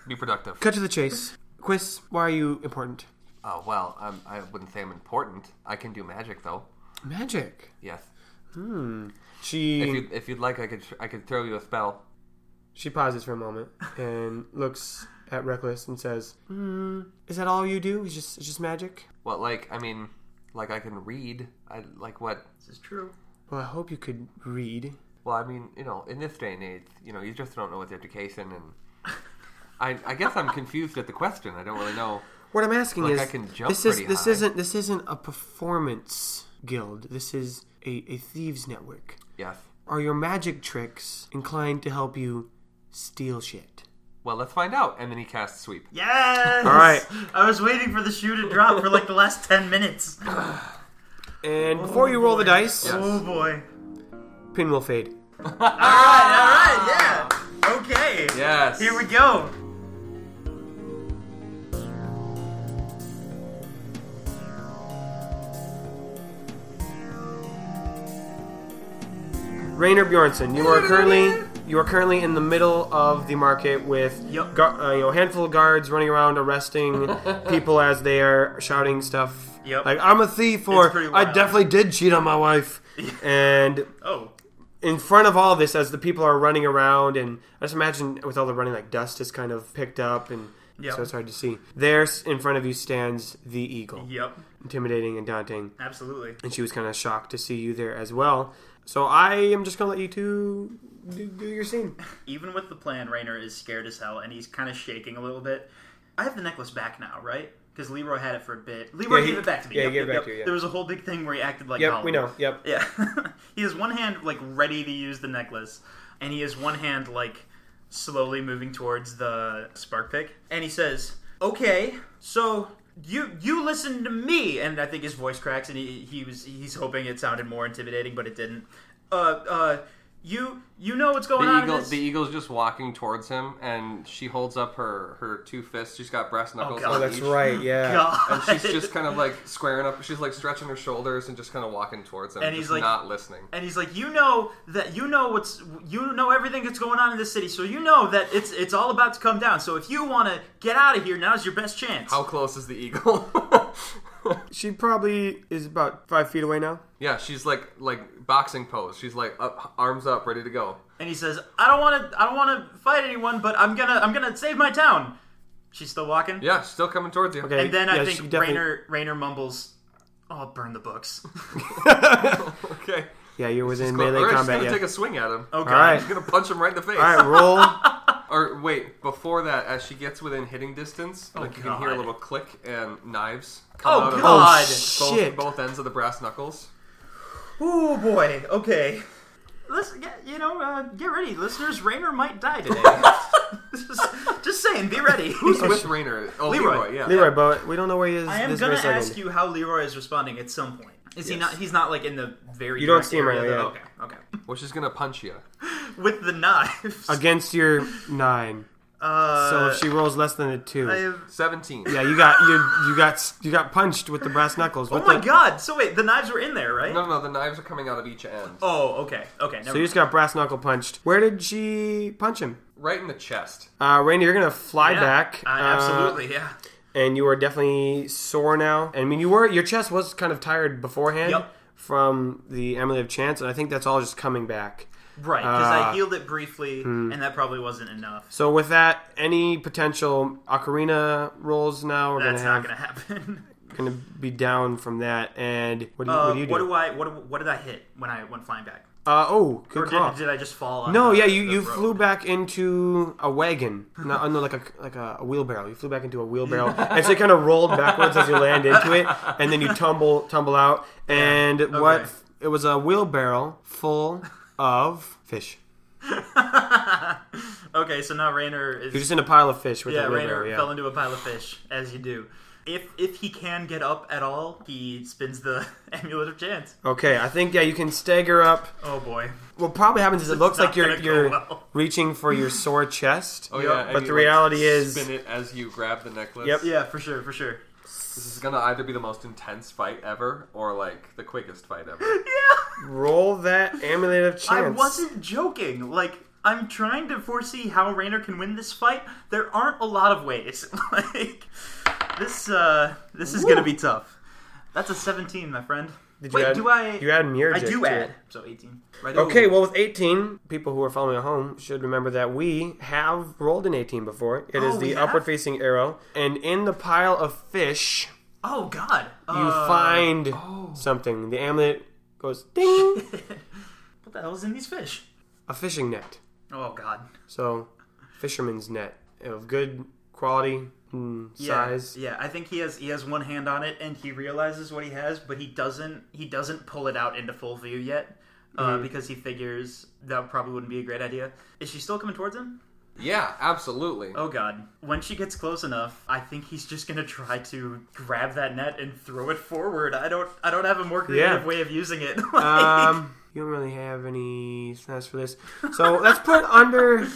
be productive.
Cut to the chase. Quiz, why are you important?
Oh well, I'm, I wouldn't say I'm important. I can do magic though.
Magic.
Yes. If
She
you if you'd like, I could tr- I could throw you a spell.
she pauses for a moment and looks at Reckless and says, mm, "Is that all you do? Is just it's just magic?"
What like I mean, like I can read. I like what.
This is true.
Well, I hope you could read.
Well, I mean, you know, in this day and age, you know, you just don't know with education and.
[LAUGHS]
I, I guess I'm confused at the question. I don't really know.
What I'm asking
Like,
is,
I can jump
this is
pretty
this
high.
isn't this isn't a performance guild. This is a, a thieves network.
Yes.
Are your magic tricks inclined to help you steal shit?
Well, let's find out. And then he casts sweep.
Yes. All
right.
I was waiting for the shoe to drop for like the last ten minutes.
And before you roll the dice,
Oh boy.
pin will fade.
All right. Yeah. Okay.
Yes.
Here we go.
Rainer Bjornson, you are currently you are currently in the middle of the market with
Yep.
gu- uh, you know handful of guards running around arresting
[LAUGHS]
people as they are shouting stuff
Yep.
like "I'm a thief" or
pretty
"I
wild.
definitely did cheat on my wife,"
[LAUGHS]
and
Oh.
in front of all this as the people are running around and i just imagine with all the running like dust is kind of picked up and
Yep.
so it's hard to see there s- in front of you stands the eagle
Yep.
intimidating and daunting
Absolutely.
and she was kind of shocked to see you there as well so i am just gonna let you two do, do your scene
Even with the plan, Rainer is scared as hell, and he's kind of shaking a little bit. I have the necklace back now, right? Because Leroy had it for a bit. Leroy
Yeah, he-
gave it back to me.
yeah, he
Yep,
gave it
yep,
back
yep.
to you, yeah.
There was a whole big thing where he acted like.
yep
Gollum.
we know yep
Yeah. [LAUGHS] he has one hand like ready to use the necklace, and he has one hand like slowly moving towards the spark pick. And he says, "Okay, so you you listen to me." And I think his voice cracks, and he he was he's hoping it sounded more intimidating, but it didn't. Uh uh. You you know what's going
The
on. in
eagle,
this-
the eagle's just walking towards him, and she holds up her her two fists. She's got brass knuckles.
God.
on
oh that's
each.
right yeah
God.
And she's just kind of like squaring up. She's like stretching her shoulders and just kind of walking towards him,
And
and
he's
he's
like-
not listening.
[LAUGHS] and he's like, you know that you know what's you know everything that's going on in this city, so you know that it's it's all about to come down. So if you want to get out of here, now's your best chance.
How close is the eagle? [LAUGHS]
she probably is about five feet away now
yeah, she's like like boxing pose. She's like up, arms up, ready to go.
And he says, I don't want to I don't want to fight anyone, but I'm gonna I'm gonna save my town. She's still walking.
Yeah, she's still coming towards you.
okay
And then
yeah,
I
she
think
definitely-
Rainer Rainer mumbles, "Oh, I'll burn the books."
[LAUGHS]
[LAUGHS]
okay.
yeah you're within
Cool.
melee
All right, she's
combat
gonna
yeah
take a swing at him.
Okay.
all right
She's gonna punch him right in the face.
all right
[LAUGHS]
roll
Or wait, before that, as she gets within hitting distance, like you can hear a
Oh, God.
little click and knives
Oh,
come out of
God.
oh
both,
shit
both ends of the brass knuckles.
Oh boy. Okay. Listen, get, you know, uh, get ready, listeners. Rainer might
[LAUGHS]
die today. [LAUGHS] just, just saying, be ready.
Who's with Rainer? Oh,
Leroy.
Leroy. yeah.
Leroy, but we don't know where he is.
I am
this
gonna
very second.
ask you how Leroy is responding at some point. Is he not? He's not like in the very.
You don't
direct
see him right
area,
now,
though? Okay. Okay. [LAUGHS]
Well, she's gonna punch you.
With the knives.
against your nine.
Uh,
So if she rolls less than a two,
I have-
Seventeen.
yeah, you got you you got you got punched with the brass knuckles.
oh
What
my
the-
god! So wait, the knives were in there, right?
No, no, no. The knives are coming out of each end,
Oh, okay. Okay. Never
So you just got brass knuckle punched. Where did she punch him?
right in the chest.
Uh, Randy, you're gonna fly
Yeah,
back.
Uh,
uh,
absolutely, yeah.
and you are definitely sore now. I mean, you were your chest was kind of tired beforehand
Yep.
from the Emily of Chance, and I think that's all just coming back.
Right, because
uh, hmm.
I healed it briefly, and that probably wasn't enough.
So with that, any potential ocarina rolls now are gonna
That's
have
not going
[LAUGHS]
to happen.
gonna be down from that. And what do you,
Uh,
what do you do?
What do I? What, do- what did I hit when I went flying back?
Uh, oh,
Or
good call.
did, did I just fall? On
No,
the-
yeah, you,
the
you
road?
flew back into a wagon, no, no, like a like a, a wheelbarrow. You flew back into a wheelbarrow,
[LAUGHS]
and so you kind of rolled backwards as you land into it, and then you tumble tumble out. And
okay.
what it was a wheelbarrow full of fish.
Okay, so now Raynor is
You're just in a pile of fish with
yeah,
a
Raynor
wheelbarrow. Yeah.
fell into a pile of fish as you do. If if he can get up at all, he spins the [LAUGHS] amulet of chance.
Okay, I think yeah, you can stagger up.
Oh boy,
What probably happens is it looks
not
like you're
gonna go
you're
well. [LAUGHS]
reaching for your sore chest.
Oh yeah, and
but
you,
the
like,
reality is,
spin it as you grab the necklace.
Yep.
yeah, for sure, for sure.
This is gonna either be the most intense fight ever, or like the quickest fight ever.
roll that amulet of chance.
I wasn't joking. Like I'm trying to foresee how Raynor can win this fight. There aren't a lot of ways. [LAUGHS] like this, uh, this is gonna be tough. That's a 17, my friend.
Did you
Wait,
add,
do I?
You add
I
Mirjik
do
to
add.
it.
So 18. Right
Okay, well, with 18, people who are following at home should remember that we have rolled an 18 before. It is
Oh, we
the
have?
upward facing arrow. And in the pile of fish,
Oh God.
you
Uh, oh.
find something. The amulet goes ding!
What the hell is in these fish?
a fishing net.
Oh God.
So, fisherman's net of good quality and
Yeah,
size.
Yeah, I think he has he has one hand on it and he realizes what he has, but he doesn't he doesn't pull it out into full view yet uh,
Mm-hmm.
because he figures that probably wouldn't be a great idea. Is she still coming towards him?
yeah, absolutely.
Oh god. When she gets close enough, I think he's just gonna try to grab that net and throw it forward. I don't I don't have a more creative
Yeah.
way of using it. [LAUGHS]
Um, you don't really have any stats for this. So, let's put under.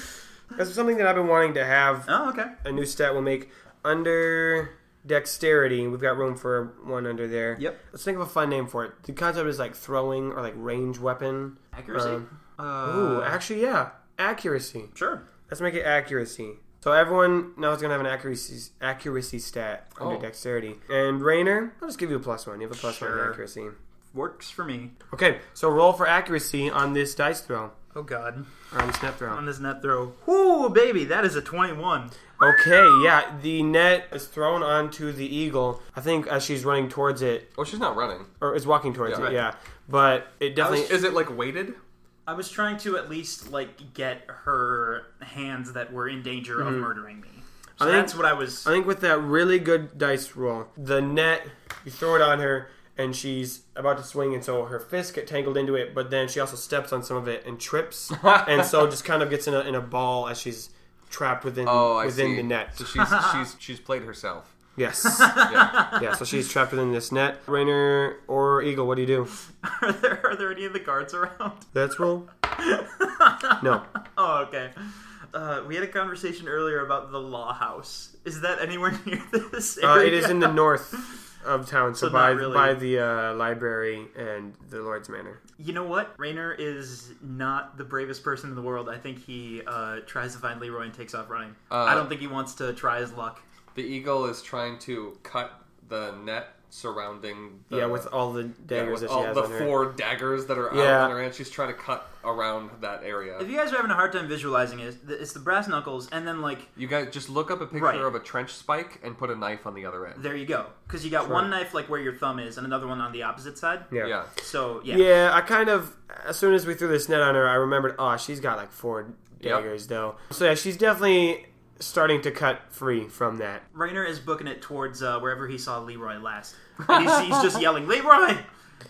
That's something that I've been wanting to have
oh okay.
a new stat we'll make under dexterity. We've got room for one under there.
Yep.
Let's think of a fun name for it. The concept is like throwing or like range weapon.
Accuracy.
Um,
uh,
Ooh, actually, yeah, accuracy.
sure.
Let's make it accuracy. So everyone now is gonna have an accuracy accuracy stat under
Oh.
dexterity. And Rainer, I'll just give you a plus one. You have a plus one
Sure.
in accuracy.
Works for me.
Okay, so roll for accuracy on this dice throw
Oh god.
or on this net throw.
On this net throw. Whoo, baby, that is a twenty-one.
Okay, yeah, the net is thrown onto the eagle. I think as she's running towards it,
Oh, she's not running.
or is walking towards
Yeah.
it. Yeah, but it definitely
Is it like weighted?
I was trying to at least like get her hands that were in danger of murdering me. So
Mm-hmm. think-
that's what I was.
I think with that really good dice roll, the net you throw it on her, and she's about to swing, and so her fists get tangled into it. But then she also steps on some of it and
[LAUGHS]
trips, and so just kind of gets in a, in a ball as she's trapped within
Oh, I
within
see.
the net.
So
[LAUGHS]
she's she's she's played herself. [LAUGHS]
Yes,
Yeah.
yeah. So she's trapped within this net. Rainer or Eagle, what do you do?
[LAUGHS] are there are there any of the guards around? [LAUGHS]
Let's roll. No.
Oh, okay. Uh, we had a conversation earlier about the Law House. Is that anywhere [LAUGHS] near this?
Uh,
area?
it is in
[LAUGHS]
the north of town, so,
So
by
not really.
by the uh, library and the Lord's Manor.
You know what? Raynor is not the bravest person in the world. I think he uh, tries to find Leroy and takes off running.
Uh,
I don't think he wants to try his luck.
The eagle is trying to cut the net surrounding. The,
Yeah, with all the
yeah,
daggers
with
that she
all
has
the
on her.
four daggers that are out
Yeah.
on her hand. She's trying to cut around that area.
If you guys are having a hard time visualizing it, it's the brass knuckles, and then like
You guys just look up a picture
Right.
of a trench spike and put a knife on the other end.
there you go, because you got one knife like where your thumb is, and another one on the opposite side.
Yeah.
yeah.
So yeah.
Yeah, I kind of as soon as we threw this net on her, I remembered. Oh, she's got like four daggers though. So yeah, she's definitely starting to cut free from that.
Rainer is booking it towards uh, wherever he saw Leroy last.
[LAUGHS]
And he's, he's just yelling, Leroy!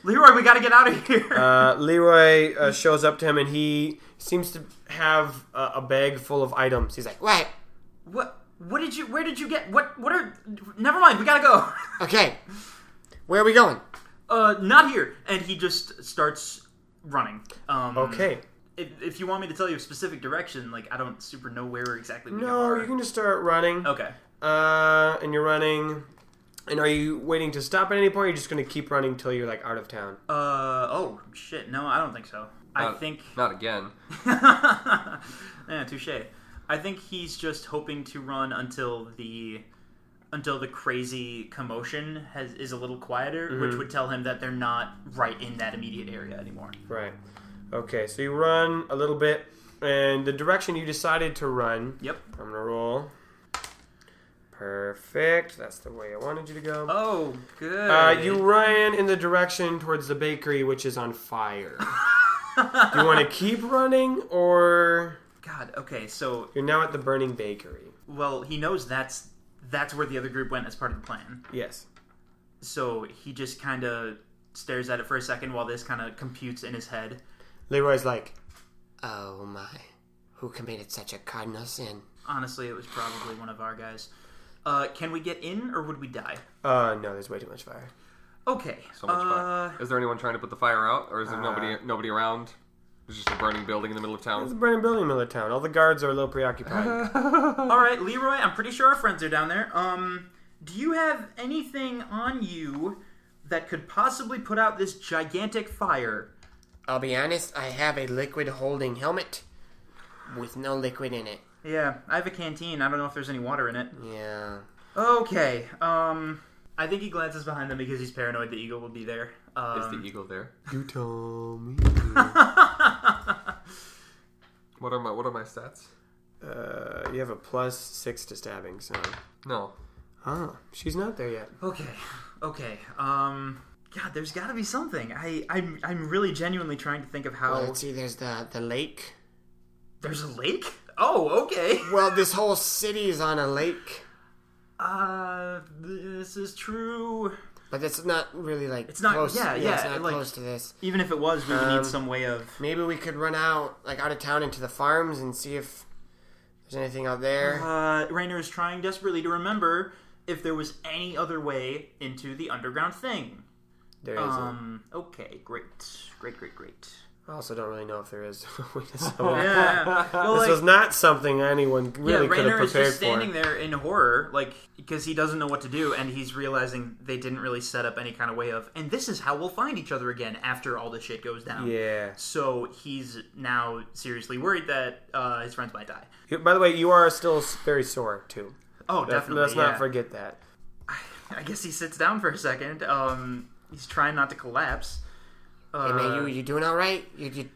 Leroy, we gotta get out of here!
Uh, Leroy uh, shows up to him and he seems to have a, a bag full of items. He's like,
What?
[LAUGHS] what? What did you? Where did you get? What? What are? Never mind. We gotta go. [LAUGHS]
Okay. Where are we going?
Uh, not here. And he just starts running. Um,
"Okay,
If, if you want me to tell you a specific direction, like I don't super know where exactly we
no,
are.
you can just start running."
Okay.
Uh, and you're running. And are you waiting to stop at any point? Or you're just going to keep running till you're like out of town.
Uh oh shit. No, I don't think so. I
Not-
think
Not again.
[LAUGHS] yeah, touche. I think he's just hoping to run until the until the crazy commotion has is a little quieter, which
Mm-hmm.
would tell him that they're not right in that immediate area anymore.
Right. Okay, so you run a little bit, and the direction you decided to run.
Yep.
I'm gonna roll. Perfect. That's the way I wanted you to go.
Oh, good.
Uh, you ran in the direction towards the bakery, which is on fire. Do you want to keep running, or
God. Okay. So,
you're now at the burning bakery?
well, he knows that's that's where the other group went as part of the plan.
Yes.
So he just kind of stares at it for a second while this kind of computes in his head.
Leroy's like,
Oh my. who committed such a cardinal sin.
Honestly, it was probably one of our guys. Uh, can we get in, or would we die?
Uh, no, there's way too much fire.
Okay.
So much
uh,
fire. Is there anyone trying to put the fire out, or is there nobody nobody around? There's just a burning building in the middle of
It's a
town.
burning building in the middle of town. All the guards are a little
[LAUGHS]
preoccupied.
All right, Leroy. I'm pretty sure our friends are down there. Um, do you have anything on you that could possibly put out this gigantic fire?
I'll be honest, I have a liquid holding helmet with no liquid in it.
Yeah, I have a canteen. I don't know if there's any water in it.
Yeah.
Okay. Um, I think he glances behind them because he's paranoid the eagle will be there. [LAUGHS] Um,
Is the eagle there?
you told me.
What are my what are my stats?
Uh, you have a plus six to stabbing, so.
No.
Oh.
Huh. She's not there yet.
Okay, okay. Um, God, there's got to be something. I, I'm, I'm really genuinely trying to think of how.
Well, let's see, there's the, the lake.
There's a lake. Oh, okay.
Well, this whole city is on a lake,
Uh, this is true.
but it's not really like
It's not-
close.
yeah, yeah,
it's not
like-
close to this.
Even if it was, we would
Um,
need some way of.
Maybe we could run out, like out of town, into the farms and see if there's anything out there.
Uh, Rainer is trying desperately to remember if there was any other way into the underground thing.
There is.
Um, okay, great, great,
[LAUGHS]
great, great.
I also don't really know if there is. [LAUGHS] Wait
[LAUGHS]
a second.
Yeah. well,
This
like,
was not something anyone really
yeah,
could have
Rainer is
prepared
just
for.
standing there in horror, like because he doesn't know what to do, and he's realizing they didn't really set up any kind of way of. And this is how we'll find each other again after all this shit goes down.
Yeah.
So he's now seriously worried that uh, his friends might die.
You- By the way, you are still s- very sore too.
Oh,
Let's-
definitely.
Let's
yeah.
not forget that.
I guess he sits down for a second. Um, he's trying not to collapse.
hey,
Uh,
man, you you doing all right? You, you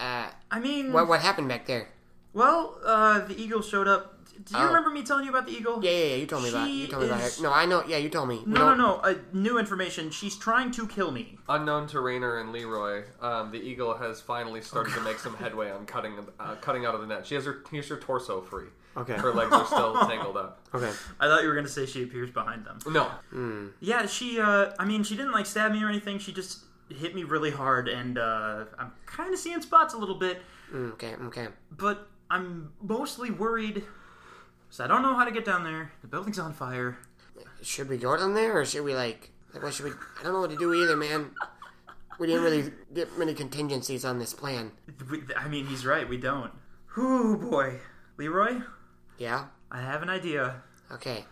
uh,
I mean,
what what happened back there?
well, uh, the eagle showed up. Do you
Oh.
remember me telling you about the eagle?
Yeah, yeah, yeah you told me about
She
you told me about
is-
her. No, I know. Yeah, you told me. We
No, no,
don't-
no. Uh, new information. She's trying to kill me.
Unknown to Rainer and Leroy, um, the eagle has finally started to make some headway on cutting uh, cutting out of the net. She has her here's her torso free.
Okay.
Her legs are
[LAUGHS]
still tangled up.
Okay.
I thought you were gonna say she appears behind them.
No.
Yeah, she. Uh, I mean, she didn't like stab me or anything. She just hit me really hard, and uh, I'm kind of seeing spots a little bit,
Mm, okay, okay.
but I'm mostly worried. So I don't know how to get down there. The building's on fire.
Should we go down there, or should we like like what should we? I don't know what to do either, man. We didn't really get many contingencies on this plan.
We, I mean, he's right. We don't. Whoo boy, Leroy.
Yeah.
I have an idea,
Okay.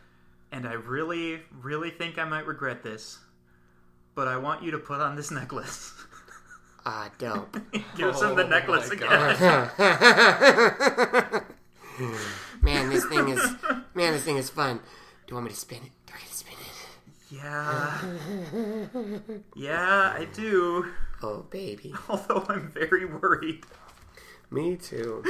and I really, really think I might regret this, but I want you to put on this necklace.
Ah,
[LAUGHS]
dope.
Gives him the
Oh,
necklace
my
again.
man, this thing is man, this thing is fun. Do you want me to spin it? Do I get to spin it?
Yeah. Yeah, I do.
Oh, baby.
[LAUGHS] Although I'm very worried.
Me too.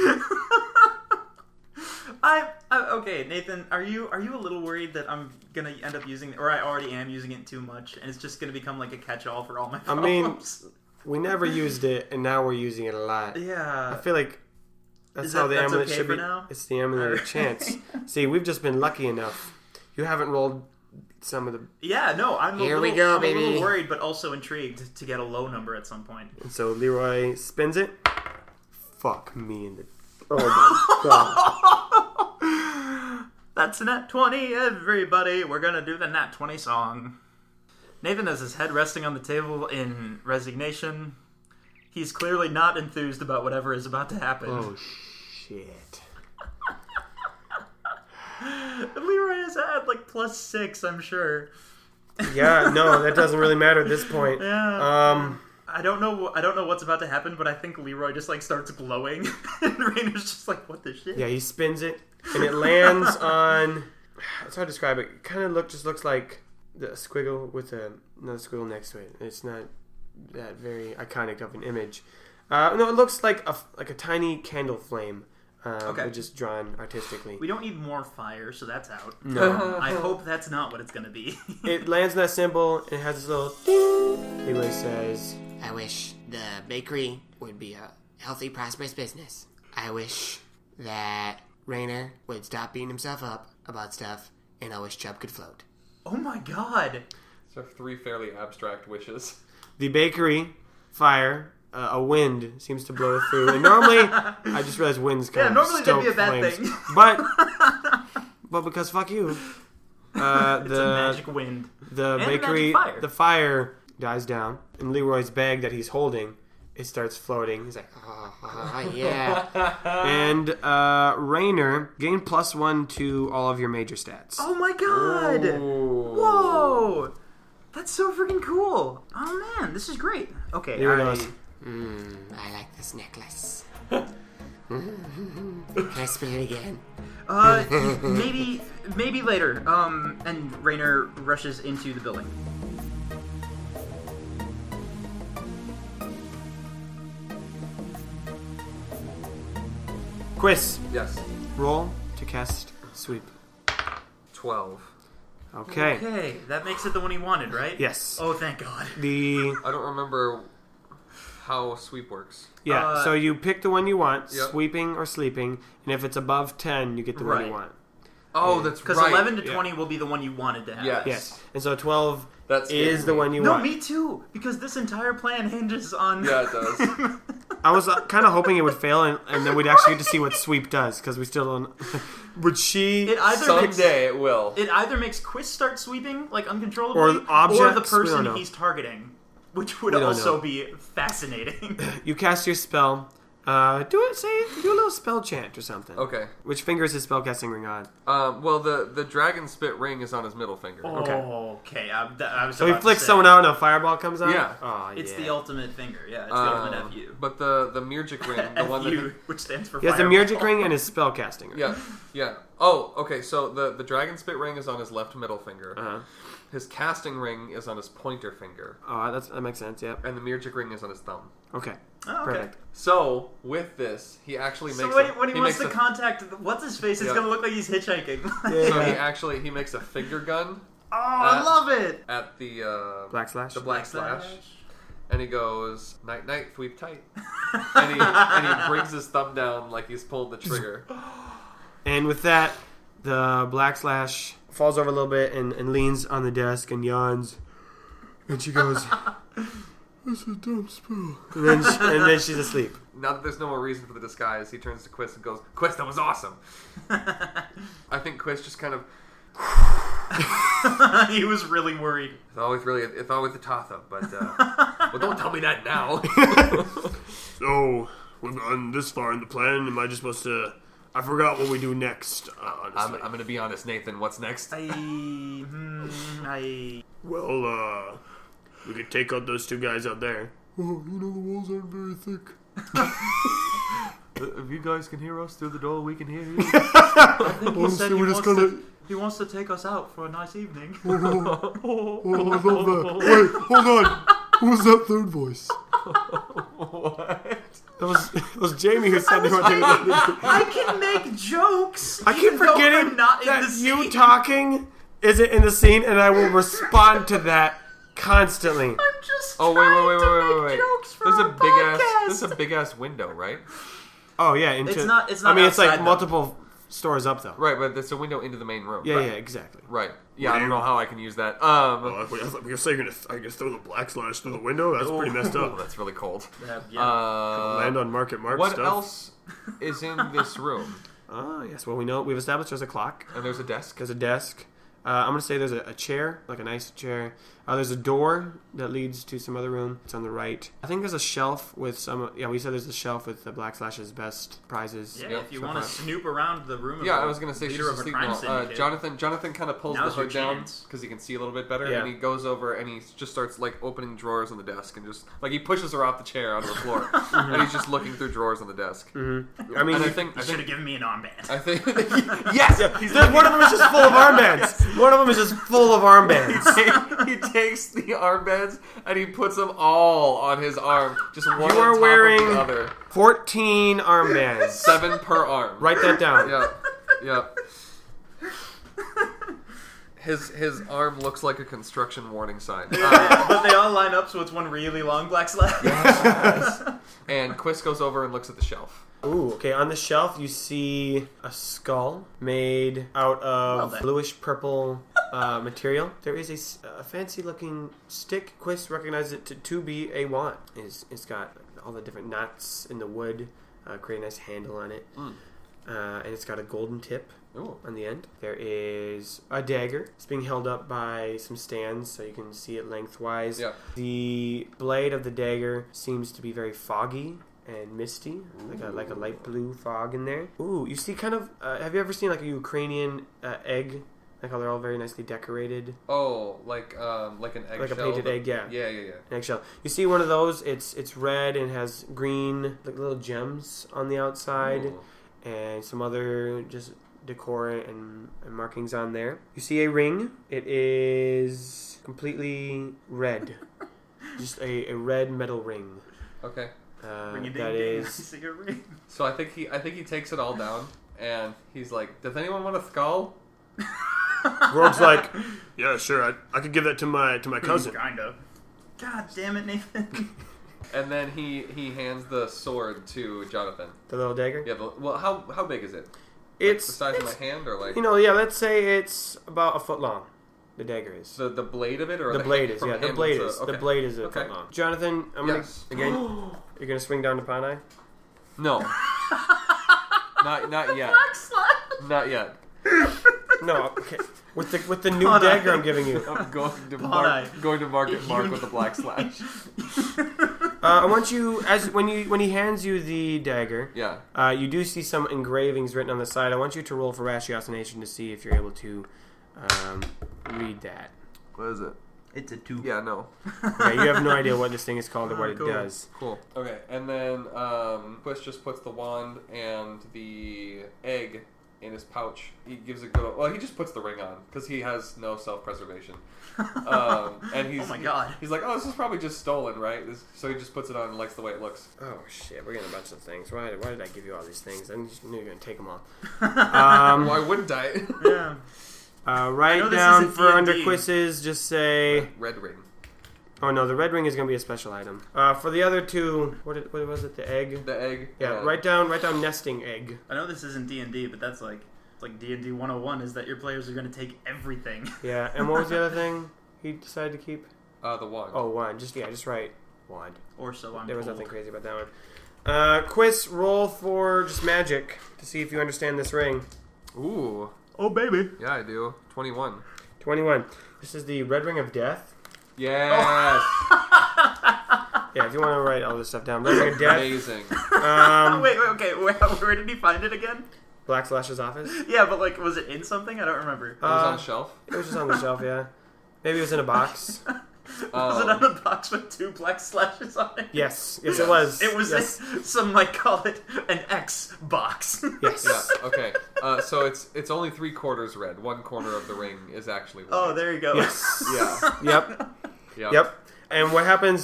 I, I okay, Nathan, are you are you a little worried that I'm gonna end up using or I already am using it too much and it's just gonna become like a catch-all for all my
I mean-
problems?
We never used it, and now we're using it a lot. I
[LAUGHS] yeah.
feel like that's
Is
how
that-
the
that's
amulet
okay
should
for
be.
now?
It's the amulet of chance.
[LAUGHS]
See, we've just been lucky enough. You haven't rolled some of the,
Yeah, no, I'm
Here
a little,
we go,
I'm a
baby.
little worried but also intrigued to get a low number at some point.
and so Leroy spins it. Fuck me in the. Oh my god!
That's a nat 20, everybody. We're gonna do the nat 20 song. Nathan has his head resting on the table in resignation. He's clearly not enthused about whatever is about to happen.
Oh shit!
Leroy has had like plus six, I'm sure.
Yeah, no, that doesn't really matter at this point.
Yeah.
Um,
I don't know. I don't know what's about to happen, but I think Leroy just like starts glowing, [LAUGHS] and Rainer's just like, "What the shit?"
yeah, he spins it, and it
[LAUGHS]
lands on. That's how I describe it. Kind of look just looks like the squiggle with a, another squiggle next to it. It's not that very iconic of an image. Uh, no, it looks like a f- like a tiny candle flame, um,
Okay.
but just drawn artistically.
We don't need more fire, so that's out.
No.
I hope that's not what it's gonna be. [LAUGHS]
it lands on that symbol, and it has this little. ding. Leroy says,
I wish the bakery would be a healthy, prosperous business. I wish that Rainer would stop beating himself up about stuff, and I wish Chubb could float.
oh my god!
So three fairly abstract wishes.
"The bakery fire uh, a wind seems to blow through. And normally, I just realized winds kind
Yeah,
of
normally that'd be
stoke
a bad
flames.
thing.
But [LAUGHS] but because fuck you, uh,
[LAUGHS] It's a
the
magic wind.
the
a magic
bakery
fire.
the fire dies down, and Leroy's bag that he's holding it starts floating. He's like, "Ah,
Oh, yeah.
[LAUGHS]
and uh, Rainer gain plus one to all of your major stats.
Oh my god! Whoa! That's so freaking cool! Oh man, this is great. Okay,
Here it
I-
goes.
I like this necklace. Can I spin it again?
[LAUGHS]
uh, maybe, maybe later. Um, and Rainer rushes into the building.
Quiz
Yes.
roll to cast sweep.
12.
Okay.
Okay, that makes it the one he wanted, right?
Yes.
Oh, thank God.
The
I don't remember how sweep works.
yeah.
Uh,
so you pick the one you want,
Yep.
sweeping or sleeping, and if it's above ten, you get the one
Right.
you want.
Oh, that's
Because
right.
11 to
yeah.
20 will be the one you wanted to have.
Yes.
Yes. And so twelve
That's
is the one you
No,
want.
me too. Because this entire plan [LAUGHS] hinges on.
Yeah, it does.
[LAUGHS] I was uh, kind of hoping it would fail, and, and then we'd actually get to see what sweep does because we still don't. would she?
[LAUGHS] It either makes,
Someday it will.
it either makes Quiz start sweeping like uncontrollably,
Or
or the
objects, we don't
person
know.
he's targeting, which would
We don't
also
know.
be fascinating.
you cast your spell. Uh, do it. Say do a little spell chant or something.
Okay.
Which finger is his spell casting ring on?
Um, well, the the dragon spit ring is on his middle finger.
[LAUGHS]
Oh,
Okay.
okay. I, that, I was
So he
about to
flicks
say.
someone out, and a fireball comes out.
Yeah.
Oh,
It's
yeah.
the ultimate finger. Yeah, it's the
Uh,
ultimate [LAUGHS] FU.
But the the
[LAUGHS]
Murgic ring, the one
FU,
that
which stands for.
He has the
fireball.
magic ring and his spell casting ring.
yeah yeah. Oh, okay. So the the dragon spit ring is on his left middle finger.
Uh-huh.
His casting ring is on his pointer finger,
Oh, that's, that makes sense. Yep.
and the Murgic ring is on his thumb.
Okay.
Oh, okay.
Perfect.
So with this, he actually makes
So when,
a,
when he,
makes
wants to
a-
contact, what's his face? It's
Yeah.
gonna look like he's hitchhiking.
Yeah.
so he actually he makes a finger gun
[LAUGHS] oh, I
Uh,
love it.
at the uh,
Black slash.
the black slash, and he goes night night sweep
[LAUGHS]
tight, and he and he brings his thumb down like he's pulled the trigger.
And with that, the black slash falls over a little bit and, and leans on the desk and yawns. And she goes,
[LAUGHS]
"This is a dumb spell." And then, she, and then she's asleep.
Now that there's no more reason for the disguise, he turns to Quist and goes, Quist, that was
[LAUGHS]
awesome. I think Quist just kind of,
[LAUGHS] he was really worried.
it's always really, it's always a toss up, but,
[LAUGHS]
uh, well, don't tell me that now.
So, we've gotten this far in the plan. Am I just supposed to. I forgot what we do next, uh,
Um,
I'm,
honestly.
I'm going to be honest, Nathan, what's next?
I, hmm, I,
Well, uh. We could take out those two guys out there. Oh, you know, the walls aren't very thick.
If you guys can hear us through the door, we can hear you.
I think he said he
we're
wants,
just gonna-
to, he wants to take us out for a
[LAUGHS]
nice evening.
Oh, I love that.
oh.
Wait, hold on. What was that third
[LAUGHS]
voice?
That was, that was Jamie who said they were doing that.
I can make jokes.
I keep
even though
forgetting
I'm not in
that
the
you
scene.
talking isn't in the scene, and I will respond to that constantly.
I'm just
oh, wait,
trying
wait, wait,
to
wait, wait,
make
wait.
jokes for
There's
our
a big ass,
podcast.
there's a big ass window, right?
Oh yeah, into,
It's not- it's
I
not
mean, it's like
outside, though.
multiple stores up though.
Right, but it's a window into the main room.
Yeah,
right.
yeah, exactly.
Right. Yeah, I don't know how I can use that. Um,
Uh, wait, I thought you were saying you're gonna, th- I guess throw the black slash through the window? That's pretty
[LAUGHS]
messed
[LAUGHS]
oh,
up.
that's really cold.
Yeah, yeah.
Uh,
Land on Market Mart
what
stuff.
else is in this room?
Oh yes, well we know we've established there's a clock.
And there's a desk.
There's a desk. Uh, I'm gonna say there's a, a chair, like a nice chair. Uh, there's a door that leads to some other room. It's on the right. I think there's a shelf with some. Yeah, we said there's a shelf with the Black Slash's best prizes.
yeah,
Yep,
if you
so
want to
fine.
snoop around the room. of
Yeah,
a
I was gonna say she's
leader of a
asleep
crime
now. Uh,
syndicate.
Jonathan, Jonathan kind of pulls
Now's
the
your
hood down
chance.
because he can see a little bit better,
Yeah.
and he goes over and he just starts like opening drawers on the desk and just like he pushes her off the chair onto the
[LAUGHS]
floor,
Mm-hmm.
and he's just looking through drawers on the desk.
I mean,
And I
you-
think, I
You should
think,
have given me an armband.
I think, [LAUGHS] yes, he's
Dude, one of them is just full of armbands. One of them is just full of armbands.
[LAUGHS]
he takes the armbands and he puts them all on his arm, just one on
are
top
wearing-
of the other,
Fourteen armbands.
seven per arm.
Write that down.
Yeah, yeah. His his arm looks like a construction warning sign. Uh,
but they all line up, so it's one really long black
[LAUGHS]
slab.
And Quist goes over and looks at the shelf.
Ooh, okay. On the shelf, you see a skull made out
Well
of
done.
bluish purple uh, material. There is a s- a, fancy looking stick. Quist recognizes it to, to be a wand. It's, it's got like, the all the different knots in the wood, uh, create a nice handle on it. Uh, and it's got a golden tip
Ooh.
on the end. There is a dagger. It's being held up by some stands so you can see it lengthwise.
Yeah.
The blade of the dagger seems to be very foggy and misty, like a, like a light blue fog in there. Ooh, you see kind of. Uh, have you ever seen like a Ukrainian uh, egg? Like how they're all very nicely decorated.
Oh, like um, like an eggshell.
Like a painted
that-
egg, yeah.
Yeah, yeah, yeah.
An eggshell. You see one of those. It's it's red and has green like little gems on the outside,
Ooh.
and some other just decor and, and markings on there. You see a ring. It is completely red,
[LAUGHS]
just a, a red metal ring.
Okay.
Uh,
Ring-a-ding-ding,
that
I
is
see a ring.
So I think he I think he takes it all down and he's like, Does anyone want a skull?
[LAUGHS]
Grog's like, yeah, sure, I, I could give that to my to my cousin.
Kinda. God damn it, Nathan.
And then he he hands the sword to Jonathan.
the little dagger.
Yeah, the, well how how big is it? The
It's,
size of
it's-
my hand or like
you know yeah. Let's say it's about a foot long. The dagger is.
the, the blade of it or
the blade
hand-
is
from
yeah.
hand
The blade
to-
is
okay.
the blade is a
Okay.
foot long. Jonathan, I'm
Yes.
gonna
[GASPS]
again. You're gonna swing down to Panai.
[LAUGHS]
No. not not yet. Not yet.
No, okay. With the
[LAUGHS]
with the new
Panai.
dagger I'm giving you, uh,
I'm
[LAUGHS]
going Oh, to mark
Alright.
going to market mark
You- [LAUGHS]
with a black slash.
Uh, I want you as when you when he hands you the dagger,
Yeah.
uh, you do see some engravings written on the side. I want you to roll for ratiocination to see if you're able to um, read that.
What is it?
It's a two.
Yeah, no.
Okay, you [LAUGHS] have no idea what this thing is called or what it
cool.
does.
Cool. Okay, and then um, Quist just puts the wand and the egg in his pouch. He gives a good. Well, he just puts the ring on because he has no
[LAUGHS]
self-preservation. Um, and he's
Oh [LAUGHS] my God.
he's like, oh, this is probably just stolen, right? This, so he just puts it on and likes the way it looks.
Oh shit, we're getting a bunch of things. Why, why did I give you all these things? I knew you were gonna take them all. [LAUGHS] Um,
Why wouldn't I?
uh,
yeah. I know
write
this
down
isn't
for under
D&D.
quizzes. Just say.
[LAUGHS] Red ring.
Oh no, the red ring is gonna be a special item. Uh, for the other two, what, it- what was it? The egg.
The egg.
Yeah,
and-
write down write down nesting egg.
I know this isn't D and D, but that's like it's like D and D 101 is that your players are going to take everything.
Yeah, and what was the other thing he decided to keep?
Uh, the wand.
Oh, wand. Just yeah, just write wand.
[LAUGHS] Or so I'm
There was
told.
nothing crazy about that one. Uh, Quiz roll for just magic to see if you understand this ring.
Ooh.
Oh baby.
Yeah, I do. Twenty-one.
Twenty-one. This is the red ring of death.
[LAUGHS] Yes.
Yeah, if you want to write all this stuff down, red ring of
[LAUGHS]
death.
Amazing.
Oh
Um,
wait, wait, [LAUGHS] okay. Where, where did he find it again?
Black Slash's office. It
Yeah, but like, was it in something? I don't remember.
it was on
Uh,
a shelf.
[LAUGHS] was just on the shelf. Yeah, maybe it was in a box.
was it
um,
on a box with two black slashes on it?
Yes, yes,
Yes.
it was.
It was
Yes.
some might call it an X box.
Yes. [LAUGHS]
Yeah. Okay. Uh, so it's it's only three quarters red. One corner of the ring is actually white.
[LAUGHS] Oh, there you go.
Yes.
Yeah.
[LAUGHS] Yep.
Yeah.
Yep. And what
[LAUGHS]
happens?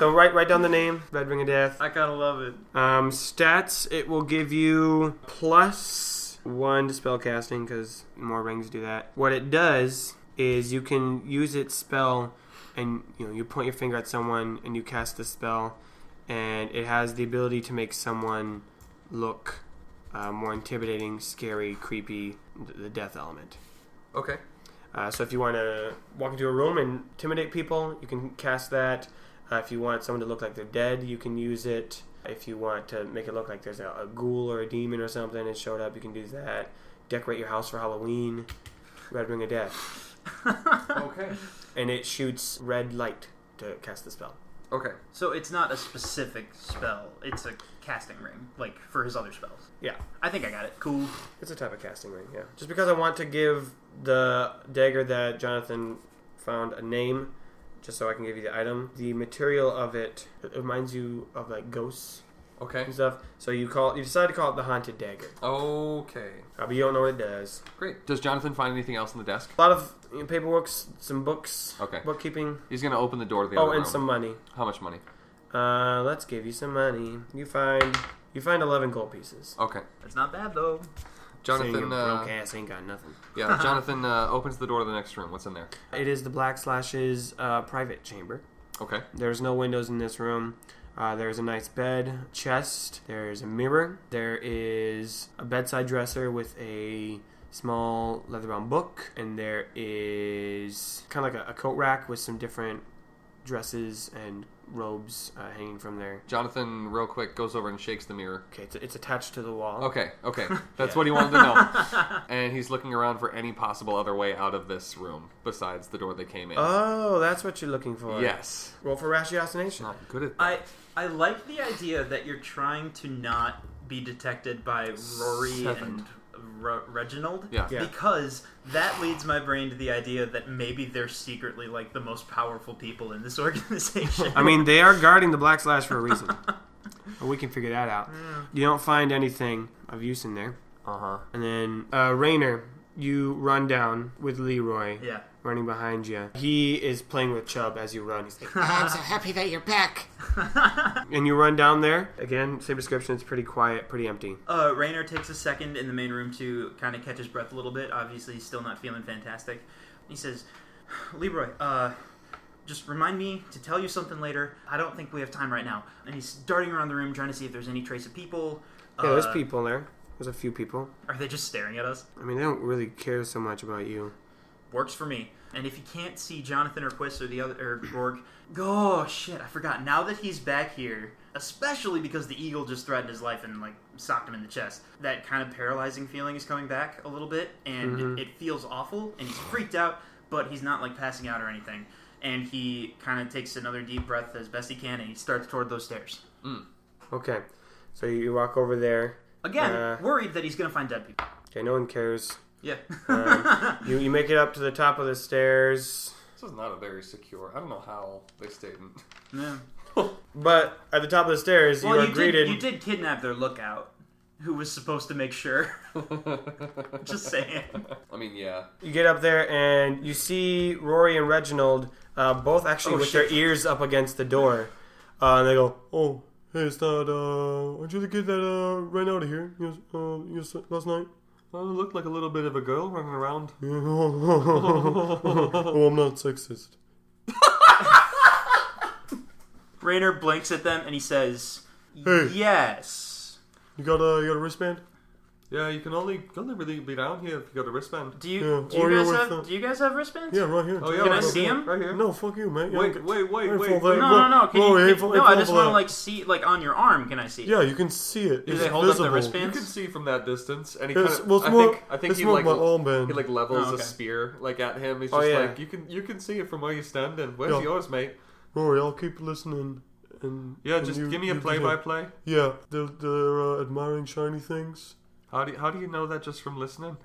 So write write down the name. Red ring of death.
[LAUGHS] I kind of love it.
Um, stats, it will give you plus one to spell casting because more rings do that. What it does is you can use its spell, and you know you point your finger at someone and you cast the spell, and it has the ability to make someone look uh, more intimidating, scary, creepy, th- the death element.
Okay.
Uh, so if you want to walk into a room and intimidate people, you can cast that. Uh, if you want someone to look like they're dead, you can use it. If you want to make it look like there's a, a ghoul or a demon or something and showed up, you can do that. Decorate your house for Halloween. Red Ring of Death.
Okay.
And it shoots red light to cast the spell.
Okay.
So it's not a specific spell; it's a casting ring, like for his other spells.
Yeah.
I think I got it. Cool.
It's a type of casting ring, yeah. Just because I want to give the dagger that Jonathan found a name, just so I can give you the item. The material of it, it reminds you of like ghosts
Okay.
and stuff. So you call you decide to call it the haunted dagger,
Okay.
uh, but you don't know what it does.
Great. Does Jonathan find anything else in the desk?
A lot of you know, paperwork, some books,
Okay.
bookkeeping.
He's gonna open the door to the
Oh,
other
and
room.
some money.
How much money?
Uh, let's give you some money. You find you find eleven gold pieces.
Okay.
That's not bad though.
Saying your
Jonathan. Uh,
broke ass ain't got nothing. [LAUGHS]
yeah. Jonathan uh, opens the door to the next room. What's in there?
It is the Black Slash's uh, private chamber.
Okay.
There's no windows in this room. Uh, there's a nice bed, chest. There's a mirror. There is a bedside dresser with a small leather-bound book, and there is kind of like a, a coat rack with some different dresses and robes uh, hanging from their.
Jonathan, real quick, goes over and shakes the mirror.
Okay, it's, it's attached to the wall.
Okay, [LAUGHS] okay. That's what he wanted to know. and he's looking around for any possible other way out of this room besides the door they came in.
Oh, that's what you're looking for.
yes.
Roll for ratiocination.
Not good at that.
I I like the idea that you're trying to not be detected by Rory
Seven.
and Re- Reginald.
Yeah.
Yeah.
Because that leads my brain to the idea that maybe they're secretly like the most powerful people in this [LAUGHS] organization.
I mean, they are guarding the Black Slash for a
[LAUGHS]
reason. but we can figure that out. You don't find anything of use in there.
Uh
Uh-huh.
huh.
And then uh, Rainer, you run down with Leroy
yeah.
running behind you. He is playing with Chubb as you run. He's
[LAUGHS]
like,
I'm so happy that you're back.
and you run down there. Again, same description. It's pretty quiet, pretty empty.
Uh, Raynor takes a second in the main room to kind of catch his breath a little bit. Obviously, he's still not feeling fantastic. He says, [SIGHS] Leroy, uh, just remind me to tell you something later. I don't think we have time right now. And he's darting around the room trying to see if there's any trace of people.
Yeah,
uh,
there's people there. There's a few people.
Are they just staring at us?
I mean, they don't really care so much about you.
Works for me. And if you can't see Jonathan or Quiss or the other or Gorg, oh shit, I forgot. Now that he's back here, especially because the eagle just threatened his life and like socked him in the chest, that kind of paralyzing feeling is coming back a little bit, and
Mm-hmm.
it feels awful. And he's freaked out, but he's not like passing out or anything. And he kind of takes another deep breath as best he can, and he starts toward those stairs.
Okay, so you, you walk over there.
Again,
Uh.
worried that he's gonna find dead people.
Okay, no one cares.
[LAUGHS] Yeah.
You you make it up to the top of the stairs.
This is not a very secure. I don't know how they stayed. In.
yeah.
But at the top of the stairs, you
Well,
are
you
greeted.
did, you did kidnap their lookout, who was supposed to make sure.
[LAUGHS]
Just saying.
I mean, yeah.
You get up there and you see Rory and Reginald uh, both actually
Oh,
with
shit.
their ears up against the door. Uh, and they go, Oh, hey, it's not, uh, I want you to get that uh, right out of here. You know, uh, you know, last night. [LAUGHS]
Oh, it looked like a little bit of a girl running around.
oh, I'm not sexist.
Raynor blinks at them and he says,
Hey.
"Yes."
You got, uh, you got a wristband?
Yeah, you can only you can only really be down here if you got a wristband.
Do you
Yeah,
do you
or you're
guys
with
have
the-
do you guys have wristbands?
Yeah, right here.
Oh yeah,
Can I
right here,
see him?
Right here.
No, fuck you, man.
Wait, wait, wait,
Ain't
wait.
full
wait.
thing.
No, no, no. Can
Rory,
you,
ain't
can,
full-
no,
ain't
I
full
just
of
want to
that.
like see like on your arm. Can I see?
Yeah, you can see it.
Do
It's
they hold up the
visible.
You
wristbands?
can see from that distance, and he kind
It's-
of.
well, it's
Uh, I
more-
think I think
it's
he
more
like
my
le-
armband.
he like levels
Oh, okay.
a spear like at him. He's
Oh,
just
yeah.
like you can you can see it from where you stand, and where's
Yeah.
yours, mate?
Rory, I'll keep listening. And
Yeah,
and
just
you-
give me a
you do
play
that.
by play.
Yeah, they're, they're uh, admiring shiny things.
How do you, how do you know that just from [LAUGHS] listening?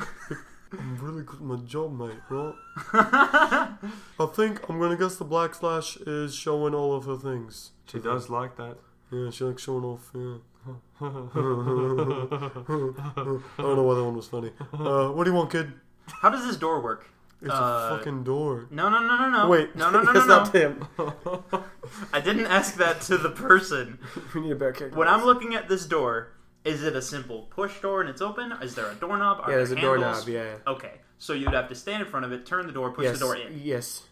I'm really good at my job, mate, right?
[LAUGHS]
I think I'm gonna guess the black slash is showing all of her things.
She does like that.
Yeah, she likes showing off. Yeah. [LAUGHS] I don't know why that one was funny. Uh, what do you want, kid?
How does this door work?
It's
Uh,
a fucking door.
No, no, no, no, no.
Wait,
no, no,
[LAUGHS]
no, no,
that's
no.
not him.
I didn't ask that to the person.
we need a back kick.
When I'm looking at this door, is it a simple push door and it's open? Is there a doorknob? Are
yeah, there's a
there handles?
doorknob. Yeah.
Okay, so you'd have to stand in front of it, turn the door, push
yes.
the door in.
Yes.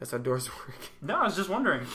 That's how doors [LAUGHS] work.
No, I was just wondering.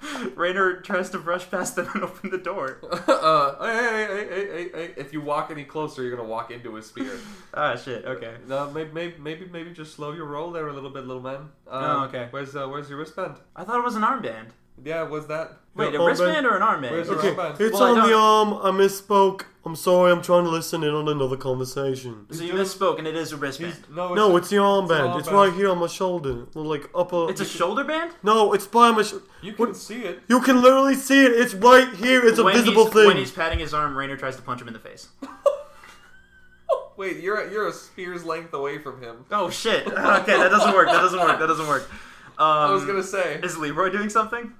[LAUGHS] Raynor tries to brush past them and [LAUGHS] open the door.
[LAUGHS] uh, hey, hey, hey, hey, hey, hey, if you walk any closer, you're gonna walk into his [LAUGHS] spear.
Ah, shit. Okay.
no, maybe, maybe, maybe, maybe just slow your roll there a little bit, little man.
Oh, okay.
Where's uh, where's your wristband?
I thought it was an armband.
Yeah, was that?
Wait, a
armband?
wristband or an armband?
Where's
Okay,
Well,
it's
I
on the
don't-
arm. I misspoke. I'm sorry. I'm trying to listen in on another conversation.
So you misspoke, and it is a wristband.
No,
No, it's the armband.
armband.
It's, right here on my shoulder. Like upper.
It's a shoulder band.
no, it's by my. Sh-
you can
what-
see it.
You can literally see it. It's right here. It's a
when
visible
he's,
thing.
When he's patting his arm, Raynor tries to punch him in the face.
Wait, you're you're a spear's length away from him.
Oh shit! [LAUGHS] Okay, that doesn't work. That doesn't work. That doesn't work. Um,
I was gonna say.
Is Leroy doing something?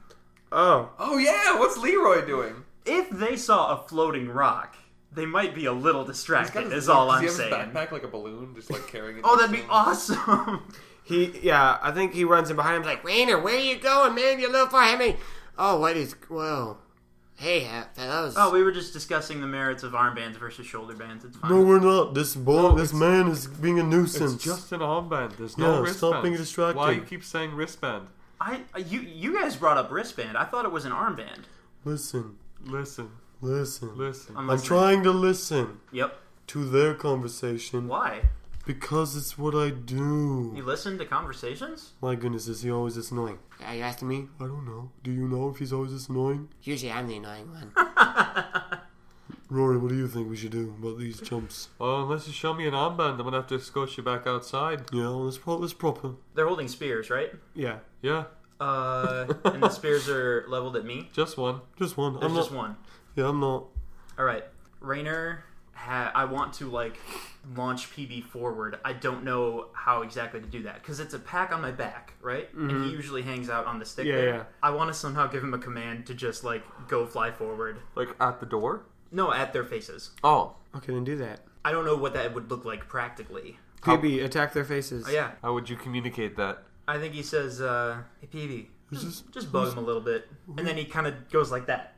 oh,
Oh yeah, what's Leroy doing?
If they saw a floating rock, they might be a little distracted. Is
Does
all
he
I'm
have his
saying.
backpack like a balloon, just like carrying it.
Oh, that'd be
around?
awesome. [LAUGHS]
he. Yeah, I think he runs in behind him. Like,
Like, Rainer, where are you going, man? You're a little far ahead of me. Oh, what is. Whoa. Hey, uh, fellas.
Oh, we were just discussing the merits of armbands versus shoulder bands. It's fine.
no, we're not. This boy, this man is being a nuisance.
It's just an armband. There's no
Yeah,
wristband.
stop being distracted.
Why you keep saying wristband?
I you you guys brought up wristband. I thought it was an armband.
Listen,
Listen,
listen.
listen.
I'm
I'm
listening.
trying to listen
Yep.
to their conversation
Why?
Because it's what I do.
You listen to conversations?
My goodness, is he always this annoying?
Are you asking me?
I don't know. Do you know if he's always this annoying?
Usually I'm the annoying one.
[LAUGHS] Rory, what do you think we should do about these jumps?
Well, unless you show me an armband, I'm gonna have to escort you back outside.
Yeah, well, it's, pro- it's proper.
They're holding spears, right?
Yeah,
Yeah,
Uh, [LAUGHS] and the spears are leveled at me.
just one.
just one.
There's
I'm
just
not,
one.
Yeah, I'm not.
All right, Rainer. Ha- I want to like launch PB forward. I don't know how exactly to do that because it's a pack on my back, right? And he usually hangs out on the stick.
Mm-hmm. Yeah,
there.
yeah.
I want to somehow give him a command to just like go fly forward.
Like at the door?
No, at their faces.
Oh,
Okay, then do that.
I don't know what that would look like practically.
PB, attack their faces.
Oh, yeah,
how would you communicate that?
I think he says, uh, "Hey, PB, just, just bug him a little bit," and then he kind of goes like that.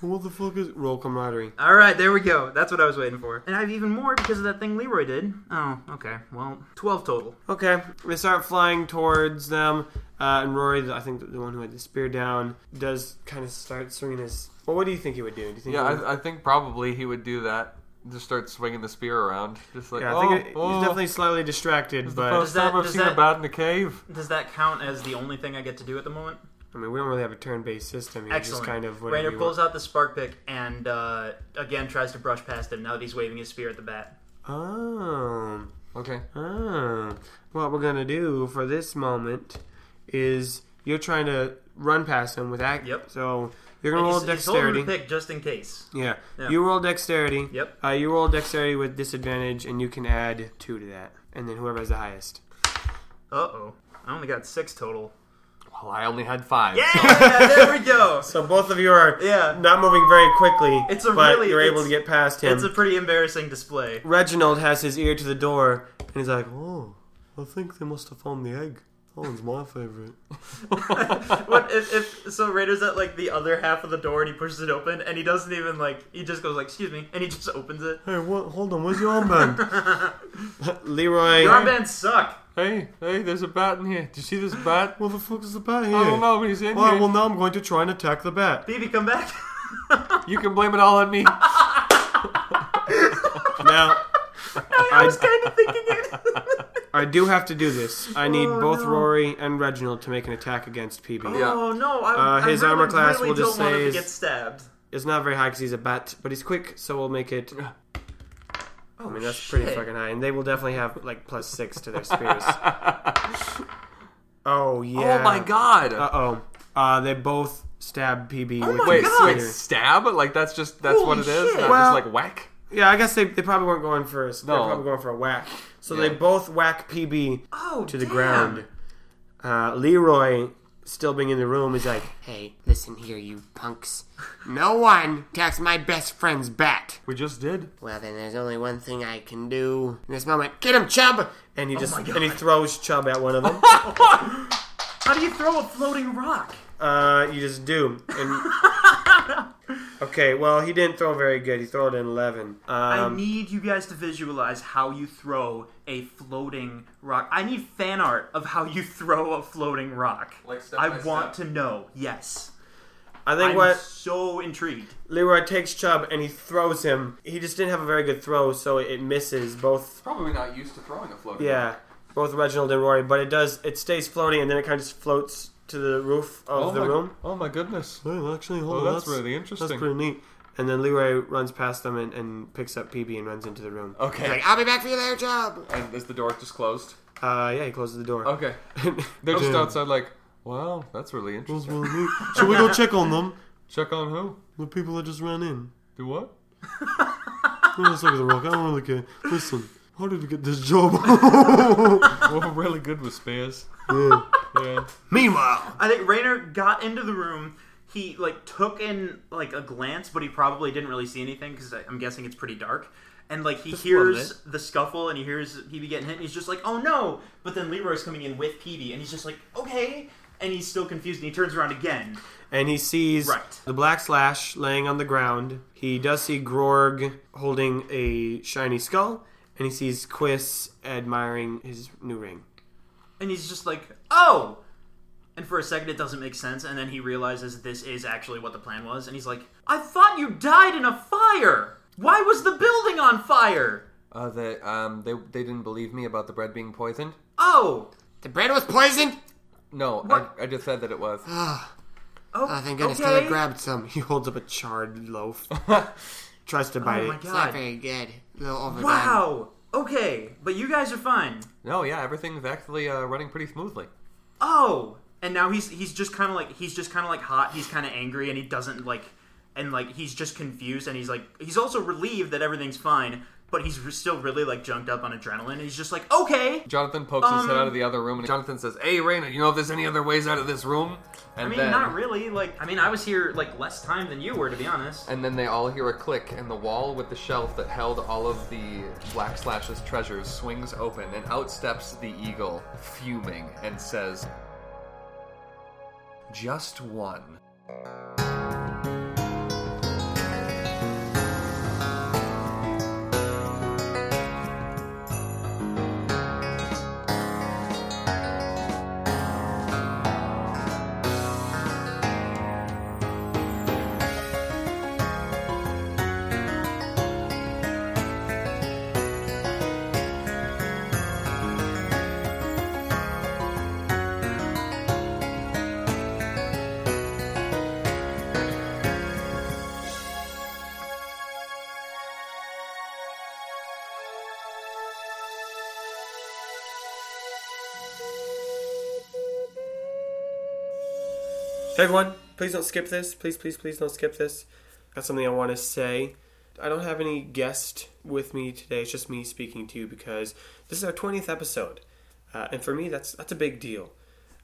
What the fuck is.
Roll camaraderie.
All right, there we go. That's what I was waiting for. And I have even more because of that thing Leroy did. Oh, okay. Well, twelve total.
Okay, they start flying towards them, uh, and Rory, I think the one who had the spear down, does kind of start swinging his. Well, what do you think he would do? Do you think?
Yeah,
he would...
I, I think probably he would do that. Just start swinging the spear around. Just like,
yeah,
oh,
I think it-
oh,
he's definitely slightly distracted, but
first
that-
time I've
does
seen
that-
a bat in a cave.
Does that count as the only thing I get to do at the moment?
I mean, we don't really have a turn-based system. You're
Excellent.
just kind of whatever
Rainer
you
pulls out the spark pick and uh, again tries to brush past him now that he's waving his spear at the bat.
want. Oh.
Okay.
Oh, what we're gonna do for this moment is you're trying to run past him with act.
Yep.
So you're
And
gonna roll
he's, he's holding
dexterity.
the pick just in case.
yeah.
Yeah.
You roll dexterity.
Yep.
Uh, you roll dexterity with disadvantage, and you can add two to that, and then whoever has the highest.
Uh oh. I only got six
[LAUGHS]
total.
Well, I only had five.
Yeah, there we go.
So both of you are
Yeah.
not moving very quickly.
It's a
but
really-
you're able
it's-
to get past him.
It's a pretty embarrassing display.
Reginald has his ear to the door, and he's like,
Oh, I think they must have found the egg. That one's my favorite.
What if, if so? Rainer's at like the other half of the door and he pushes it open and he doesn't even like he just goes like excuse me and he just opens it.
Hey, what? Hold on, where's your
[LAUGHS]
armband?
Leroy.
Your armbands suck.
[LAUGHS] Hey, hey, there's a bat in here. Do you see this bat?
what the fuck is the bat here?
I don't know, but he's in
Alright,
here.
well, now I'm going to try and attack
[LAUGHS]
the bat.
BB, come back.
You can blame it all on me.
Now,
I was kind of thinking it.
I do have to do this. I need
Oh,
both
no.
Rory and Reginald to make an attack against PB.
[LAUGHS] Yeah.
Oh no! I,
Uh, his
I really,
armor class
really
will just
don't want
say
him
is-
to get stabbed.
It's not very high because he's a bat, but he's quick, so we'll make it.
Oh,
I mean, that's pretty fucking high, and they will definitely have like plus six to their
[LAUGHS]
spears. oh yeah.
Oh my god.
Uh oh. Uh, they both stab PB. with
wait,
their
Oh God.
wait,
spear.
stab? Like that's just that's what it
Holy
is.
shit.
Not
Well-
just like whack.
Yeah, I guess they, they probably weren't going first. They're
No.
probably going for a whack. So
Yeah.
they both whack PB
Oh,
to the
damn.
ground. Uh, Leroy, still being in the room, is like,
Hey, listen here, you punks. No one attacks my best friend's bat.
We just did.
Well, then there's only one thing I can do in this moment. Get him, Chubb!
and
Oh
he just and he throws Chubb at one of
[LAUGHS]
them.
How do you throw a floating rock?
Uh, you just do. And okay, well, he didn't throw very good. He threw it in eleven.
I
Um,
need you guys to visualize how you throw a floating rock. I need fan art of how you throw a floating rock.
Like step
I
by
want
step?
to know. Yes.
I think
I'm
what
so intrigued.
Leroy takes Chubb and he throws him. He just didn't have a very good throw, so it misses both.
Probably not used to throwing a floating.
Yeah, both Reginald and Rory. But it does. It stays floating, and then it kind of just floats to the roof of the
my,
room.
Oh my goodness.
Hey, actually, hold
Oh,
on.
that's really
That's
interesting.
pretty neat.
And then Leroy runs past them and, and picks up PB and runs into the room.
okay.
Like, I'll be back for you later, Chubb!
and is the door just closed?
Uh, yeah, he closes the door.
Okay. [LAUGHS] They're just outside. Like, wow, that's really
That's
interesting.
really neat. Should we go check on them?
Check on who?
The people that just ran in.
Do what?
No, let's look at the rock. I don't really care. Listen, how did we get this job? [LAUGHS]
We're really good with spears.
yeah.
Yeah.
Meanwhile,
I think Rainer got into the room. He like took in like a glance, but he probably didn't really see anything because I'm guessing it's pretty dark. And like he hears the scuffle and he hears PB getting hit, and he's just like, "Oh no!" But then Leroy's coming in with PB, and he's just like, "Okay," and he's still confused, and he turns around again.
and he sees
Right.
the black slash laying on the ground. He does see Grorg holding a shiny skull, and he sees Quiss admiring his new ring.
And he's just like, oh! And for a second, it doesn't make sense, and then he realizes this is actually what the plan was, and he's like, I thought you died in a fire! Why was the building on fire?
Uh, that um, they they didn't believe me about the bread being poisoned.
Oh,
The bread was poisoned?
No, I, I just said that it was.
oh,
Oh, thank goodness
okay.
I grabbed some.
He holds up a charred loaf. Tries to bite
Oh my
it.
It's not
god!
very good. A little overdone.
Wow. Okay, but you guys are fine.
No, yeah, everything's actually uh, running pretty smoothly.
Oh, and now he's he's just kind of like he's just kind of like hot. He's kind of angry, and he doesn't like, and like he's just confused, and he's like he's also relieved that everything's fine, but he's re- still really like junked up on adrenaline, and he's just like, okay,
Jonathan pokes his head out
Um,
of the other room, and Jonathan says, "Hey, Raina, you know if there's any other ways out of this room?" And
I mean,
then,
not really. Like, I mean, I was here like less time than you were, to be honest.
And then they all hear a click, and the wall with the shelf that held all of the Black Slash's treasures swings open, and out steps the eagle, fuming, and says, Just one.
Hey everyone, please don't skip this. Please, please, please don't skip this. Got something I want to say. I don't have any guest with me today. It's just me speaking to you because this is our 20th episode. Uh, and for me, that's that's a big deal.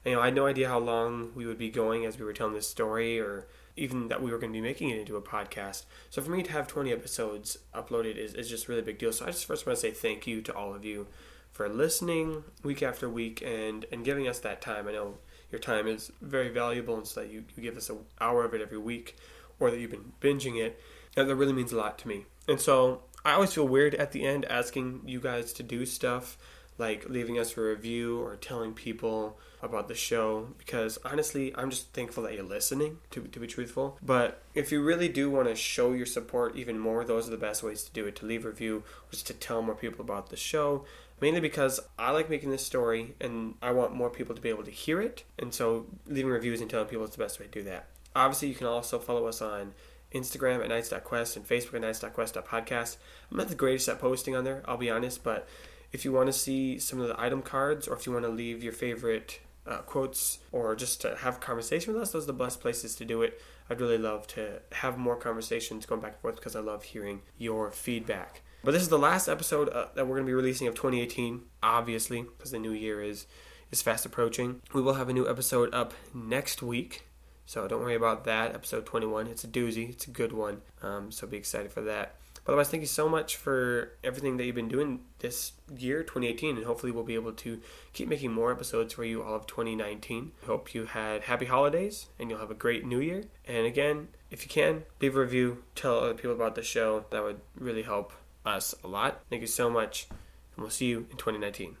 You know, I had no idea how long we would be going as we were telling this story or even that we were going to be making it into a podcast. So for me to have 20 episodes uploaded is, is just a really big deal. So I just first want to say thank you to all of you for listening week after week and, and giving us that time. I know your time is very valuable and so that you, you give us an hour of it every week or that you've been binging it that, that really means a lot to me and so i always feel weird at the end asking you guys to do stuff like leaving us a review or telling people about the show because honestly i'm just thankful that you're listening to, to be truthful but if you really do want to show your support even more those are the best ways to do it to leave a review or just to tell more people about the show mainly because I like making this story and I want more people to be able to hear it. And so leaving reviews and telling people is the best way to do that. Obviously, you can also follow us on Instagram at nights.quest and Facebook at nights.quest.podcast. I'm not the greatest at posting on there, I'll be honest, but if you want to see some of the item cards or if you want to leave your favorite uh, quotes or just to have conversation with us, those are the best places to do it. I'd really love to have more conversations going back and forth because I love hearing your feedback. But this is the last episode uh, that we're going to be releasing of 2018, obviously, because the new year is is fast approaching. We will have a new episode up next week, so don't worry about that. Episode 21, it's a doozy, it's a good one. Um, so be excited for that. But otherwise, thank you so much for everything that you've been doing this year, 2018, and hopefully we'll be able to keep making more episodes for you all of 2019. Hope you had happy holidays and you'll have a great new year. And again, if you can, leave a review, tell other people about the show. That would really help us a lot. Thank you so much, and we'll see you in 2019.